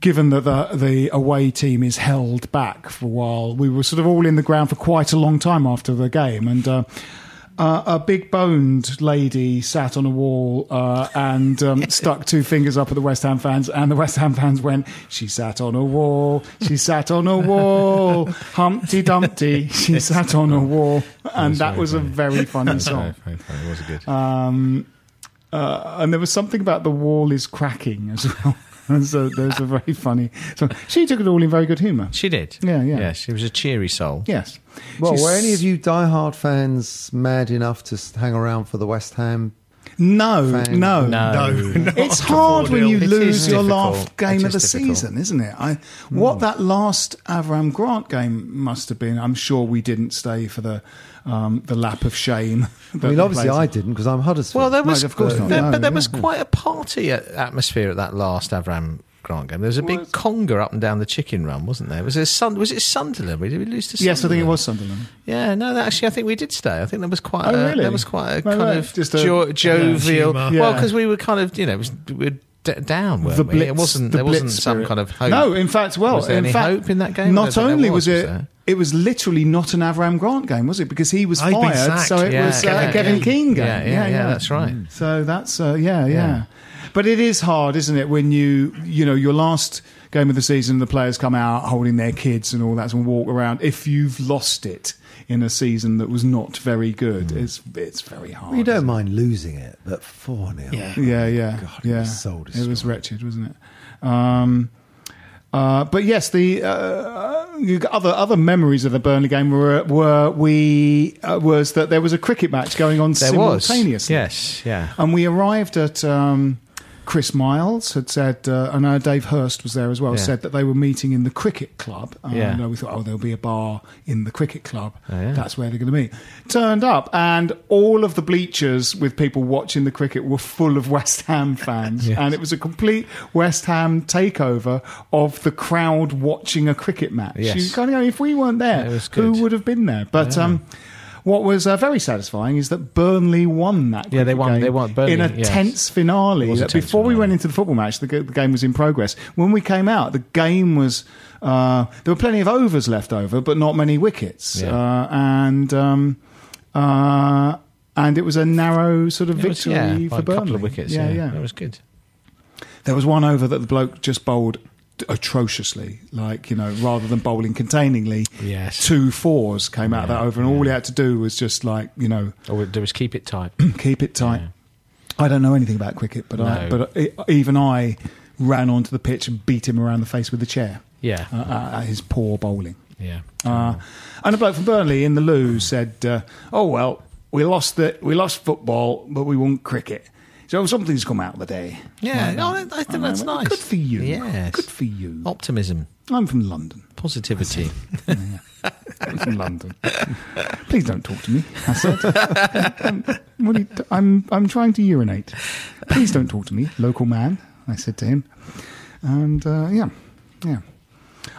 Given that the the away team is held back for a while, we were sort of all in the ground for quite a long time after the game, and uh, uh, a big boned lady sat on a wall uh, and um, stuck two fingers up at the West Ham fans, and the West Ham fans went, She sat on a wall, she sat on a wall, Humpty Dumpty, she sat on a wall. And
was
that
very
was a
funny.
very funny
sorry,
song.
sorry, sorry, it was a good.
Um, uh, and there was something about the wall is cracking as well. And so there's a very funny song. She took it all in very good humour.
she did.
Yeah, yeah.
Yeah, she was a cheery soul.
Yes.
Well,
She's-
were any of you diehard fans mad enough to s- hang around for the West Ham?
No,
Fan.
no,
no, no.
It's hard when you
It is
lose your
difficult.
last game
It
of the
is difficult. Hmm.
season, isn't it? I, what that last Avram Grant game must have been. I'm sure we didn't stay for the um, the lap of shame.
I mean, obviously I didn't because I'm Huddersfield.
Well, there
No,
was,
of course not.
there-
No,
but there
yeah.
was quite a party at- atmosphere at that last Avram Grant game. There was a big conga up and down the chicken run, wasn't there? Was it Sun? Was it Sunderland? Did we lose to? Sunderland?
Yes, I think it was Sunderland.
Yeah, no, that- actually, I think we did stay. I think there was quite.
Oh,
a,
really?
There was quite a
No,
kind
right,
of
just a-
jo-
yeah,
jovial. Well,
humour.
'cause
Yeah.
because we were kind of, you know, it was, we were d- down. Weren't
The
we?
blitz.
it wasn't.
the
There wasn't
blitz
some
spirit.
kind of hope.
No, in fact, well,
Was there
in
any
fact,
hope in that game? I don't
Not
think there
only
was,
was,
was
it.
there?
it was literally not an Avram Grant game, was it? Because he was
I'd been
fired,
sacked.
so it was uh, a Kevin Keane game.
Yeah, yeah, yeah, that's right.
So that's uh, yeah, yeah,
Yeah.
But it is hard, isn't it, when you you know your last game of the season, the players come out holding their kids and all that and walk around. If you've lost it in a season that was not very good,
Mm.
it's it's very hard.
You don't
isn't it?
mind losing it, but 4 0.
Yeah.
Yeah, yeah,
Oh, God, it
yeah.
was soul
it was
destroying.
wretched, wasn't it? Um, uh, but yes, the uh, you got other other memories of the Burnley game were were we uh, was that there was a cricket match going on
There was.
simultaneously.
Yes, yeah.
And we arrived at um, Chris Miles had said, uh, and uh, Dave Hurst was there as well,
Yeah.
said that they were meeting in the cricket club. And
Yeah.
uh, we thought, oh, there'll be a bar in the cricket club.
Oh, yeah.
That's where they're going to meet. Turned up, and all of the bleachers with people watching the cricket were full of West Ham fans.
Yes.
And it was a complete West Ham takeover of the crowd watching a cricket match.
Yes.
You kind of go, if we weren't
It
there,
was
who
good.
would have been there? But. Um, what was uh, very satisfying is that Burnley won that
Yeah, they
cricket
won-
game
they won. Burnley,
in a
yes.
tense finale.
It was a
That
tense
before we
finale.
went into the football match, the, g- the game was in progress. When we came out, the game was uh, there were plenty of overs left over, but not many wickets,
Yeah.
uh, and um, uh, and it was a narrow sort of
It was,
victory for
yeah, by a
Burnley.
couple of wickets. Yeah, that was good.
There was one over that the bloke just bowled atrociously, like, you know, rather than bowling containingly.
Yes.
Two fours came out of
Yeah,
that over, and all
yeah. Oh,
he had to do was just, like, you know,
All we do is keep it tight.
keep it tight.
Yeah.
I don't know anything about cricket, but, I,
No.
but I, even I ran onto the pitch and beat him around the face with a chair.
Yeah.
Uh, uh, his poor bowling.
Yeah.
Uh, and a bloke from Burnley in the loo said, uh, "Oh well, we lost the we lost football, but we won cricket, so something's come out of the day."
Yeah,
Like
no,
that.
I think
And
that's
went, "Well,
nice.
Good for you.
Yes.
good for you.
Optimism,
I'm from London.
positivity.
I'm from London. Please don't talk to me. I said, I'm, what are you, I'm I'm trying to urinate. Please don't talk to me, local man." I said to him, and uh, yeah, yeah.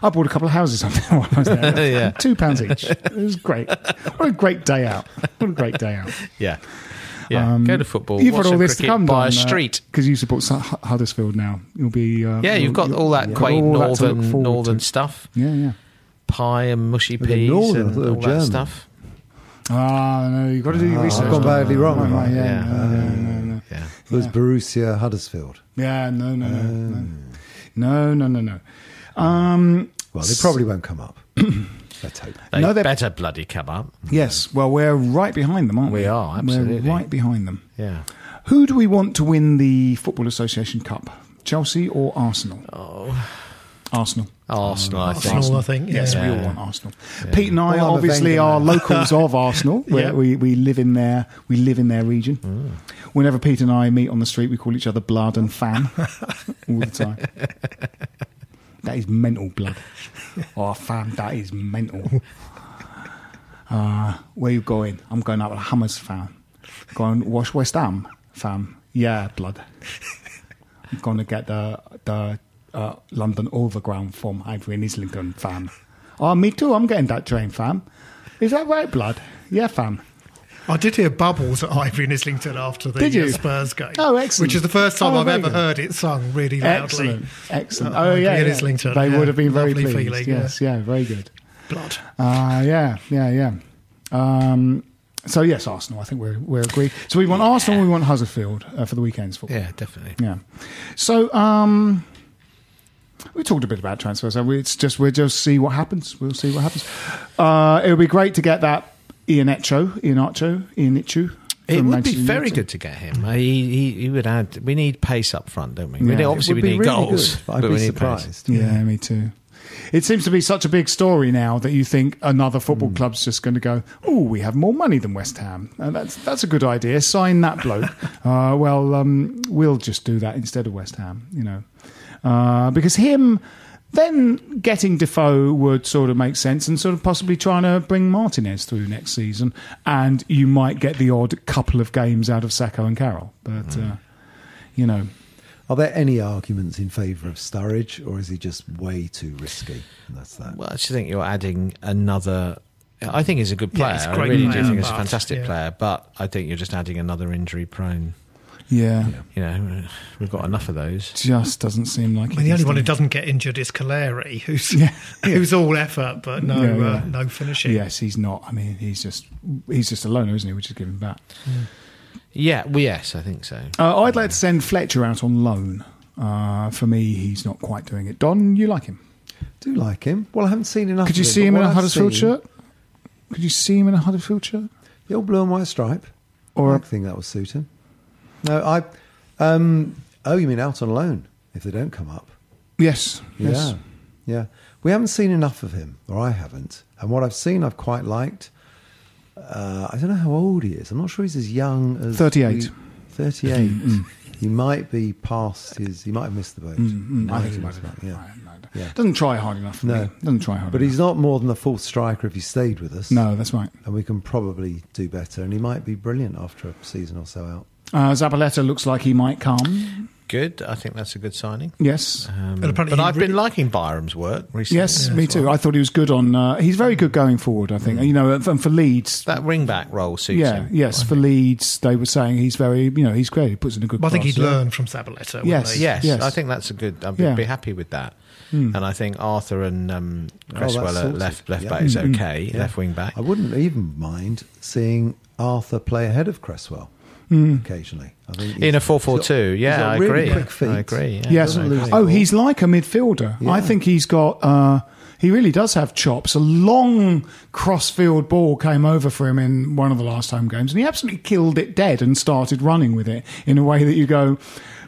I bought a couple of houses on there while I was there.
Yeah.
Two pounds each. It was great. What a great day out. What a great day out.
yeah. Yeah.
Um,
Go to football.
You've
watch
got all
some
this to
cricket,
come
by a street.
because you support Su- Hu- Huddersfield now. You'll be uh,
yeah,
you'll-
you've got
you'll-
all that
you've got
quaint
all that to look
northern
forward to.
northern stuff,
Yeah, yeah.
pie and mushy
they're
peas
northern, I
and
thought they
all
were
that
German.
stuff.
Ah, no, you've got to do your
Ah, I've
research.
gone badly wrong,
Right,
have I?
right, yeah,
Yeah.
no, no, no, no.
Yeah.
It was Borussia Huddersfield.
Yeah, no, no, no, no, no, no, no, no. Um,
Well, they probably won't come up. Let's hope.
They
No, they're-
better bloody come up.
yes, well, we're right behind them, aren't we?
We are, absolutely.
We're right behind them.
Yeah.
Who do we want to win the Football Association Cup? Chelsea or Arsenal? Oh. Arsenal.
Arsenal, I think.
Arsenal, I think.
Yes,
yeah. uh,
we all want Arsenal. Pete and I
Well, I'm a
obviously
Wenger
are
man.
locals of Arsenal. We're-
Yeah.
We we live in their we live in their region.
Mm.
Whenever Pete and I meet on the street, we call each other blood and fam all the time. That is mental blood. Oh, fam, that is mental. Uh, where you going? I'm going out with Hammers, fam. Going watch West Ham, fam. Yeah, blood. I'm going to get the the uh, London Overground from Ivory and Islington, fam. Oh, me too. I'm getting that train, fam. Is that right, blood? Yeah, fam.
I did hear bubbles at Ivory and Islington after the
Did you?
uh, Spurs game.
Oh, excellent.
Which is the first time
Oh,
I've
very
ever
good.
heard it sung really loudly.
Excellent, excellent.
Uh,
Oh,
Ivory
yeah,
and
yeah.
Islington,
They
yeah.
would have been very
Lovely
pleased.
feeling,
yes, yeah. very good.
Blood.
Uh, yeah, yeah, yeah. Um, so yes, Arsenal. I think we're we're agreed. So we want Arsenal. We want Huddersfield uh, for the weekend's football.
Yeah, definitely.
Yeah. So um, we talked a bit about transfers. So we- it's just we'll just see what happens. We'll see what happens. Uh, it would be great to get that Ian Echo, Ian Archo, Ian Ichu.
It
from
would be
Manchester
very
United.
good to get him. Uh, He, he, he would add. We need pace up front, don't we? we
Yeah.
need,
It
obviously,
It
we
would be
need
really
goals,
good, but I'd
but
be
we need pace.
surprised.
Yeah, me too. It seems to be such a big story now that you think another
Hmm.
football club's just going to go, oh, we have more money than West Ham. And that's that's a good idea. Sign that bloke. uh, well, um, we'll just do that instead of West Ham, you know. Uh, because him then getting Defoe would sort of make sense and sort of possibly trying to bring Martinez through next season. And you might get the odd couple of games out of Sacco and Carroll. But,
Hmm.
uh, you know.
Are there any arguments in favour of Sturridge, or is he just way too risky? And that's that.
Well, I just think you're adding another. I think he's a good player.
Yeah, he's a
I
great
really
player,
do think he's a
but-
fantastic
yeah.
player, but I think you're just adding another injury prone.
Yeah,
You know, we've got enough of those.
just doesn't seem like
I
it
mean, the
is,
only one
does
who
it?
doesn't get injured is Kaleri, who's
Yeah.
who's all effort but no
Yeah, yeah.
Uh, no finishing.
Yes, he's not. I mean, he's just he's just a loner, isn't he? We just give him back.
Yeah, well, yes, I think so.
Uh, I'd like to send Fletcher out on loan. Uh, for me, he's not quite doing it. Don, you like him?
Do like him. Well, I haven't seen enough.
Could you
of him,
see
but
him in
what
a
I've
Huddersfield
seen-
shirt? Could you see him in a Huddersfield shirt?
The old blue and white stripe.
Or-
Or I think that would suit him. No, I. Um, oh, you mean out on loan if they don't come up?
Yes. Yes.
Yeah, yeah. We haven't seen enough of him, or I haven't. And what I've seen, I've quite liked. Uh, I don't know how old he is. I'm not sure he's as young as
38.
we- Thirty-eight. He might be past his. He might have missed the boat.
Mm, I think he might
missed
have.
the boat, Yeah. Yeah.
Doesn't try hard enough. For
No.
me. Doesn't try hard
But
enough.
he's not more than a full striker if he stayed with us.
No, that's right.
And we can probably do better. And he might be brilliant after a season or so out.
Uh, Zabaleta looks like he might come.
Good. I think that's a good signing.
Yes.
Um,
And apparently
but
he
I've
re-
been liking Byram's work recently.
Yes,
as
me too.
well.
I thought he was good on. Uh, he's very good going forward. I
Mm.
think you know, and for Leeds,
that wing back role suits
yeah,
him.
yes, for Leeds, they were saying he's very, you know, he's great. He puts in a good.
But I think
cross,
he'd
yeah.
learn from Sabaleta. wouldn't
Yes.
he?
Yes,
Yes.
I think that's a good. I'd be,
Yeah.
be happy with that. And I think Arthur and um,
that's
Cresswell at
sorted.
left left
Yeah.
back is okay. Left wing back.
I wouldn't even mind seeing Arthur play ahead of Cresswell
Hmm.
occasionally. I think he's-
In a 4-4-2,
he's
yeah,
got
I
really
agree.
Quick feet.
I agree, yeah.
Yes.
Doesn't lose
Oh,
the
he's like a midfielder. I think he's got. Uh, he really does have chops. A long cross-field ball came over for him in one of the last home games, and he absolutely killed it dead and started running with it in a way that you go.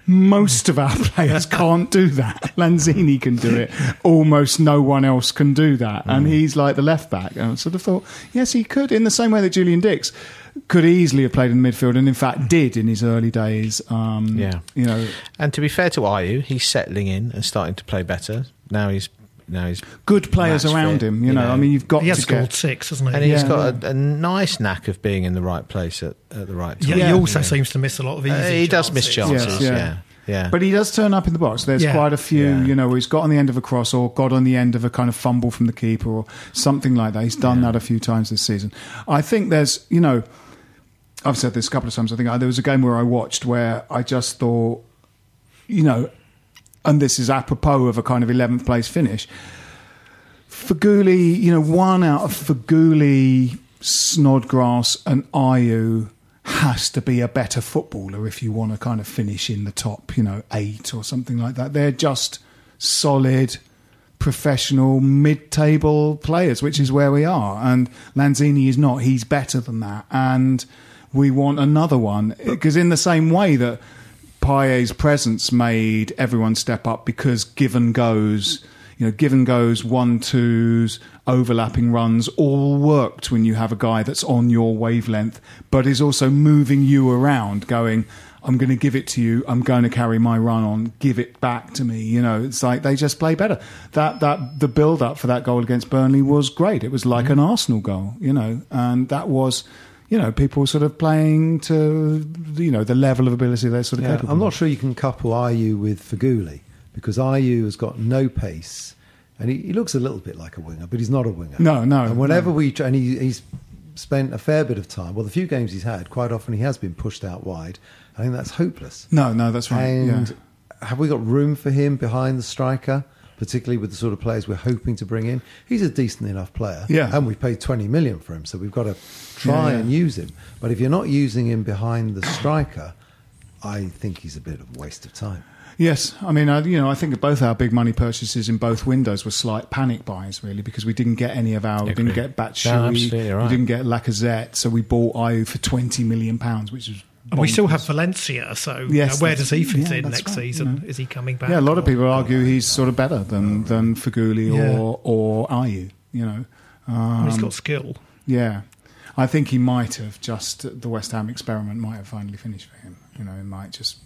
Most of our players can't do that. Lanzini can do it. Almost no one else can do that. And he's like the left back. And I sort of thought, yes, he could, in the same way that Julian Dix could easily have played in the midfield and, in fact, did in his early days. Um,
Yeah.
You know,
And to be fair to Ayu, he's settling in and starting to play better. Now he's now he's
good players
match
around
fit,
him. You, know, I mean, you've got
He has
to
scored
get.
six, hasn't he?
and he's
Yeah.
got a, a nice knack of being in the right place at, at the right
yeah,
time.
he also seems to miss a lot of easy.
Uh, he does miss
chances.
chances.
Yes, yeah.
yeah. yeah,
But he does turn up in the box. There's
Yeah.
quite a few,
Yeah.
you know, where he's got on the end of a cross or got on the end of a kind of fumble from the keeper or something like that. He's done that a few times this season. I think there's, you know, I've said this a couple of times. I think I, there was a game where I watched where I just thought, you know, and this is apropos of a kind of 11th place finish. Faguli, you know, one out of Faguli, Snodgrass, and Ayu has to be a better footballer if you want to kind of finish in the top, you know, eight or something like that. They're just solid, professional, mid table players, which is where we are. And Lanzini is not. He's better than that. And we want another one. Because, in the same way that Paye's presence made everyone step up because given goes, you know, given goes, one twos, overlapping runs all worked when you have a guy that's on your wavelength, but is also moving you around, going, I'm going to give it to you. I'm going to carry my run on. Give it back to me. You know, it's like they just play better. That that the build up for that goal against Burnley was great. It was like an Arsenal goal, you know, and that was, you know, people sort of playing to, you know, the level of ability they're sort of
Yeah,
capable.
I'm
of.
not sure you can couple Ayu with Faguli because Ayu has got no pace, and he, he looks a little bit like a winger, but he's not a winger.
No, no,
And whenever we tr- and he, he's spent a fair bit of time. Well, the few games he's had, quite often he has been pushed out wide. I think that's hopeless.
No, no, that's right.
And
yeah.
have we got room for him behind the striker? Particularly with the sort of players we're hoping to bring in, he's a decent enough player.
Yeah.
and we've paid twenty million for him, so we've got to try
Yeah, yeah.
and use him. But if you're not using him behind the striker, I think he's a bit of a waste of time.
Yes, I mean, I, you know, I think both our big money purchases in both windows were slight panic buys, really, because we didn't get any of our, we didn't get
No,
Batshuayi,
absolutely right.
we didn't get Lacazette, so we bought Ayu for twenty million pounds, which is.
And we still
bonkers.
have Valencia, so you know,
Yes,
where
that's-
does he fit
yeah,
in
that's
next
right, you
season?
know.
Is he coming back?
Yeah, a lot of
or-
people argue he's sort of better than than Figuli or or Ayu. You know,
Well, he's got skill.
yeah, I think he might have just the West Ham experiment might have finally finished for him. You know, it might just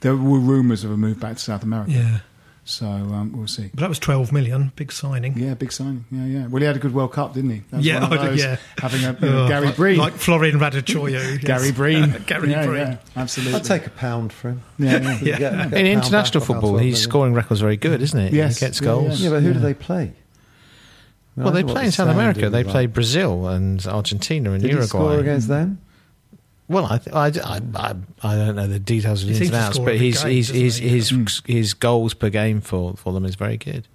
there were rumours of a move back to South America,
Yeah,
so um, we'll see.
but that was 12 million, big signing.
Yeah, big signing. Yeah, yeah. Well, he had a good World Cup, didn't he? That was
Yeah,
one of
I do,
those,
yeah.
Having a you know,
Oh,
Uh, Gary
like-
Breen,
like Florin Radachoyo.
Gary Breen,
Gary
yeah,
Breen.
yeah, absolutely.
I'd take a pound for him.
Yeah, yeah.
You get- you get a
In
pound
international
back for about
football,
12
his
million.
scoring record's very good, isn't it?
Yes,
He gets
yeah, yeah.
goals.
Yeah, but who do
Yeah.
they play? I
Well, they
wonder what
play
the
in South
standard
America.
is
They
like.
play Brazil and Argentina and
Did he score
Uruguay.
against them?
Well, I, th- I, I, I, I don't know the details of
He
the ins
seems
and
to
outs,
score
but
every
his
game,
his
doesn't
his
he?
his, his goals per game for, for them is very good.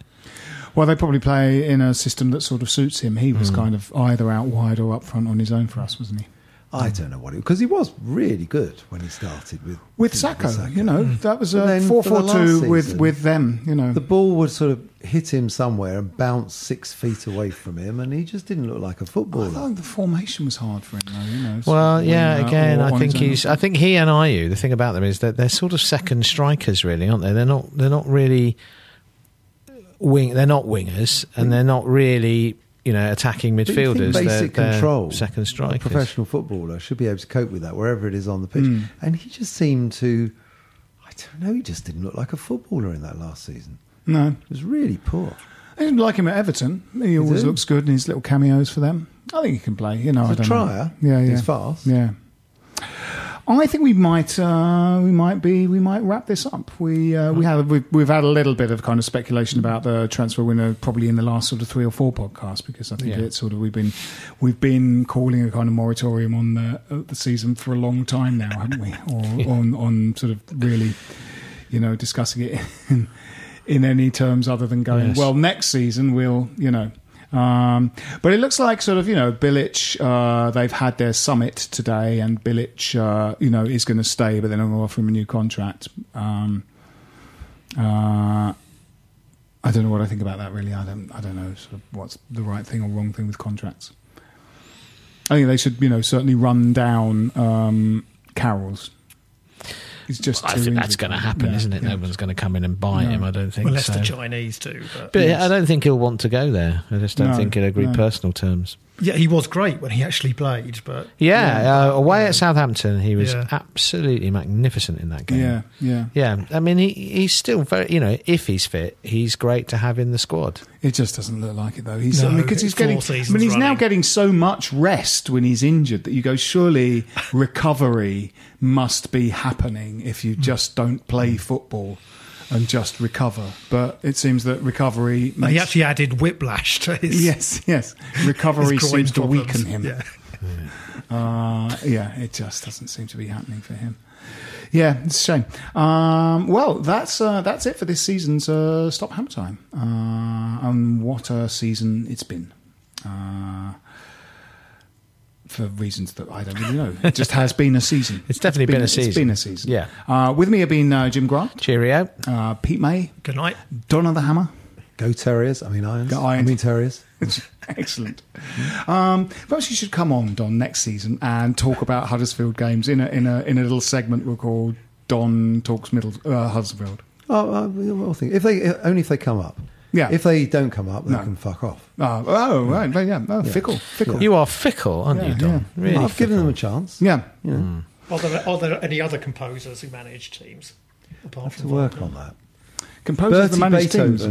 Well, they probably
Hmm.
play in a system that sort of suits him. He was kind of either out wide or up front on his own for us, wasn't he?
I don't know what it because he was really good when he started with
with Sacco, you know,
Hmm.
that was
But
a
then
four
for the
four
last
two with
season-
with them. You know,
The ball would sort of hit him somewhere and bounce six feet away from him, and he just didn't look like a
I
footballer.
thought the formation was hard for him, though. You know,
Well,
sort of
yeah.
winger
Again,
or
I
on
think
his own.
he's. I think he and Ayu. The thing about them is that they're sort of second strikers, really, aren't they? They're not. They're not really wing. They're not wingers, and they're not really you know attacking
But you think
midfielders. They're-
basic
they're
control.
second
A
strikers.
professional footballer should be able to cope with that wherever it is on the pitch.
Hmm.
And he just seemed to, I don't know, he just didn't look like a footballer in that last season.
no.
It was really poor.
I didn't like him at Everton. He always
do?
looks good in his little cameos for them. I think he can play. You know,
He's
I
a
don't
trier.
know. Yeah, yeah,
He's fast.
Yeah. I think we might uh, we might be we might wrap this up. We uh, we have we've, we've had a little bit of kind of speculation about the transfer window probably in the last sort of three or four podcasts because I think
Yeah.
it's sort of we've been we've been calling a kind of moratorium on the uh, the season for a long time now, haven't we? Or on on sort of really you know discussing it in, in any terms other than going
Yes.
well next season we'll you know. Um, but it looks like sort of you know Bilic. Uh, they've had their summit today, and Bilic, uh, you know, is going to stay, but they're not going to offer him a new contract. Um, uh, I don't know what I think about that. Really, I don't. I don't know sort of what's the right thing or wrong thing with contracts. I think they should, you know, certainly run down um, Carroll's. He's just.
I
too
think that's
injured.
going to happen,
Yeah,
isn't it?
yeah.
No one's going to come in and buy
No.
him. I don't think.
Unless
so.
the Chinese do. But,
But I don't think he'll want to go there. I just don't
No,
think he'll agree
no.
personal terms.
yeah, he was great when he actually played, but
Yeah, uh, away at Southampton, he was
Yeah.
absolutely magnificent in that game.
Yeah, yeah.
Yeah, I mean, he, he's still very, you know, if he's fit, he's great to have in the squad.
It just doesn't look like it though. He's
No,
I mean, 'cause he's
it's four
getting. I
seasons
mean, he's now
running.
getting so much rest when he's injured that you go, surely recovery must be happening if
Hmm.
you just don't play football and just recover. But it seems that recovery.
and he
makes-
actually added whiplash to his.
yes, yes,
his
recovery
groin
seems to
problems.
weaken him.
Yeah.
Uh, yeah, it just doesn't seem to be happening for him. Yeah, it's a shame. Um, well, that's uh, that's it for this season's uh, Stop Hammer Time. Uh, and what a season it's been. Uh, for reasons that I don't really know. It just has been a season.
It's definitely been a
It's
season.
been a season.
Yeah.
Uh, with me have been uh, Jim Grant,
Cheerio.
uh, Pete May,
Good night.
Donna the Hammer.
Go Terriers. I mean, Irons.
Go
I
Irons.
mean, Terriers.
Excellent. Um, perhaps you should come on, Don, next season and talk about Huddersfield games in a in a in a little segment we'll call Don talks Middle uh, Huddersfield.
Oh, I will think. If they, only if they come up.
Yeah.
If they don't come up, they
No.
can fuck off.
Oh, oh right, well, yeah, oh, fickle, fickle.
You are fickle, aren't you,
Yeah,
Don?
yeah.
Really?
I've given
fickle.
them a chance.
Yeah, Mm.
You know,
Are there, are there any other composers who manage teams? Apart
to work on that. Oh,
composer of the managed teams.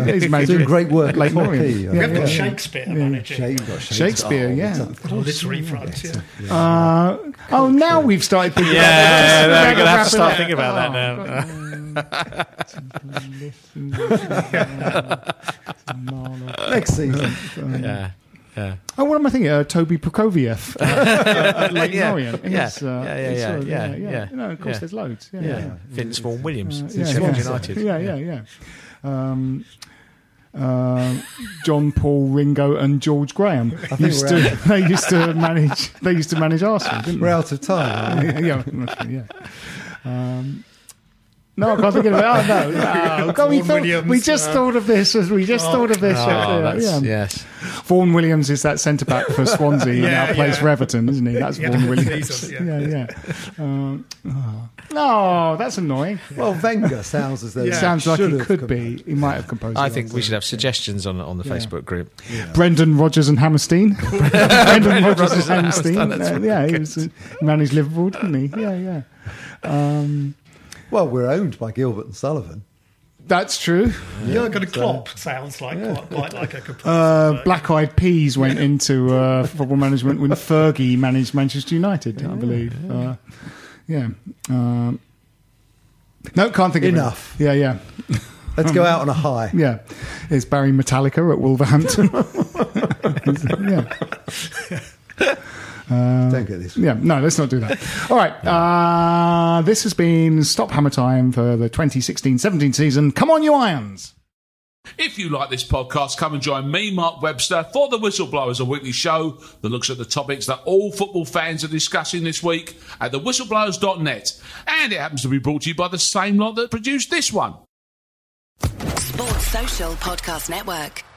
He's- he's made
doing
it.
great work.
Late
Top
morning.
key,
Yeah,
I
We
think.
have got Shakespeare managing.
Shake- you've got
Shakespeare,
Oh,
yeah.
it's a-
On a literary front, yeah.
Uh, oh, now we've started thinking
Yeah,
about that.
we're gonna have to start
Wrapping
thinking
it
about
up.
that
Oh,
now.
God. Oh,
Next season.
Yeah. Yeah.
Oh, what am I thinking? Uh, Toby Prokofiev. uh, uh, Lake
Yeah.
Lorient.
Yeah.
Yes, uh,
Yeah, yeah,
it's,
yeah,
uh,
yeah,
yeah,
yeah.
You know, of course,
Yeah.
there's loads. Yeah,
Yeah.
yeah.
Vince Vaughan Williams.
Uh,
since Sheffield United.
Yeah, yeah, yeah. Um, uh, John Paul Ringo and George Graham
think
used
we're
to, they used to manage they used to manage Arsenal, didn't
We're
they?
out of time.
yeah, yeah, must be, yeah. Um, no, I can't think of it. Oh, no, no. God, we,
Vaughan
thought-
Williams,
we just
uh,
thought of this. as- We just thought of this.
Oh,
yeah,
that's,
yeah.
yes.
Vaughan Williams is that centre back for Swansea and
Yeah,
now plays
yeah.
for Everton, isn't he? That's
Yeah,
Vaughan
he's
Williams.
on,
Yeah,
yeah.
yeah. Um, oh. No, that's annoying.
Well, Wenger sounds as though
It
he
sounds like
should
he
have
could
come
be. He might have composed.
I
it
think we should
also.
have suggestions on on the Facebook group.
Brendan Rogers and Hammerstein. Brendan Rogers and
Rodgers and
Hammerstein.
Hammerstein, that's
Uh,
really
yeah, he
good.
was, uh, managed Liverpool, didn't he? Yeah, yeah.
back. Well, we're owned by Gilbert and Sullivan.
That's true.
Jurgen Klopp sounds like quite, quite like a composer.
Uh,
but-
Black Eyed Peas went into uh, football management when Fergie managed Manchester United, I believe. Yeah. Uh, yeah. Um, no, can't think
Enough.
of it. Yeah, yeah.
Let's go out on a high.
Um, Yeah. It's Barry Metallica at Wolverhampton. yeah.
Don't get this.
Yeah, no, let's not do that. All right. Uh, this has been Stop Hammer Time for the 2016 17 season. Come on, you irons.
If you like this podcast, come and join me, Mark Webster, for The Whistleblowers, a weekly show that looks at the topics that all football fans are discussing this week at thewhistleblowers.net. And it happens to be brought to you by the same lot that produced this one.
Sports Social Podcast Network.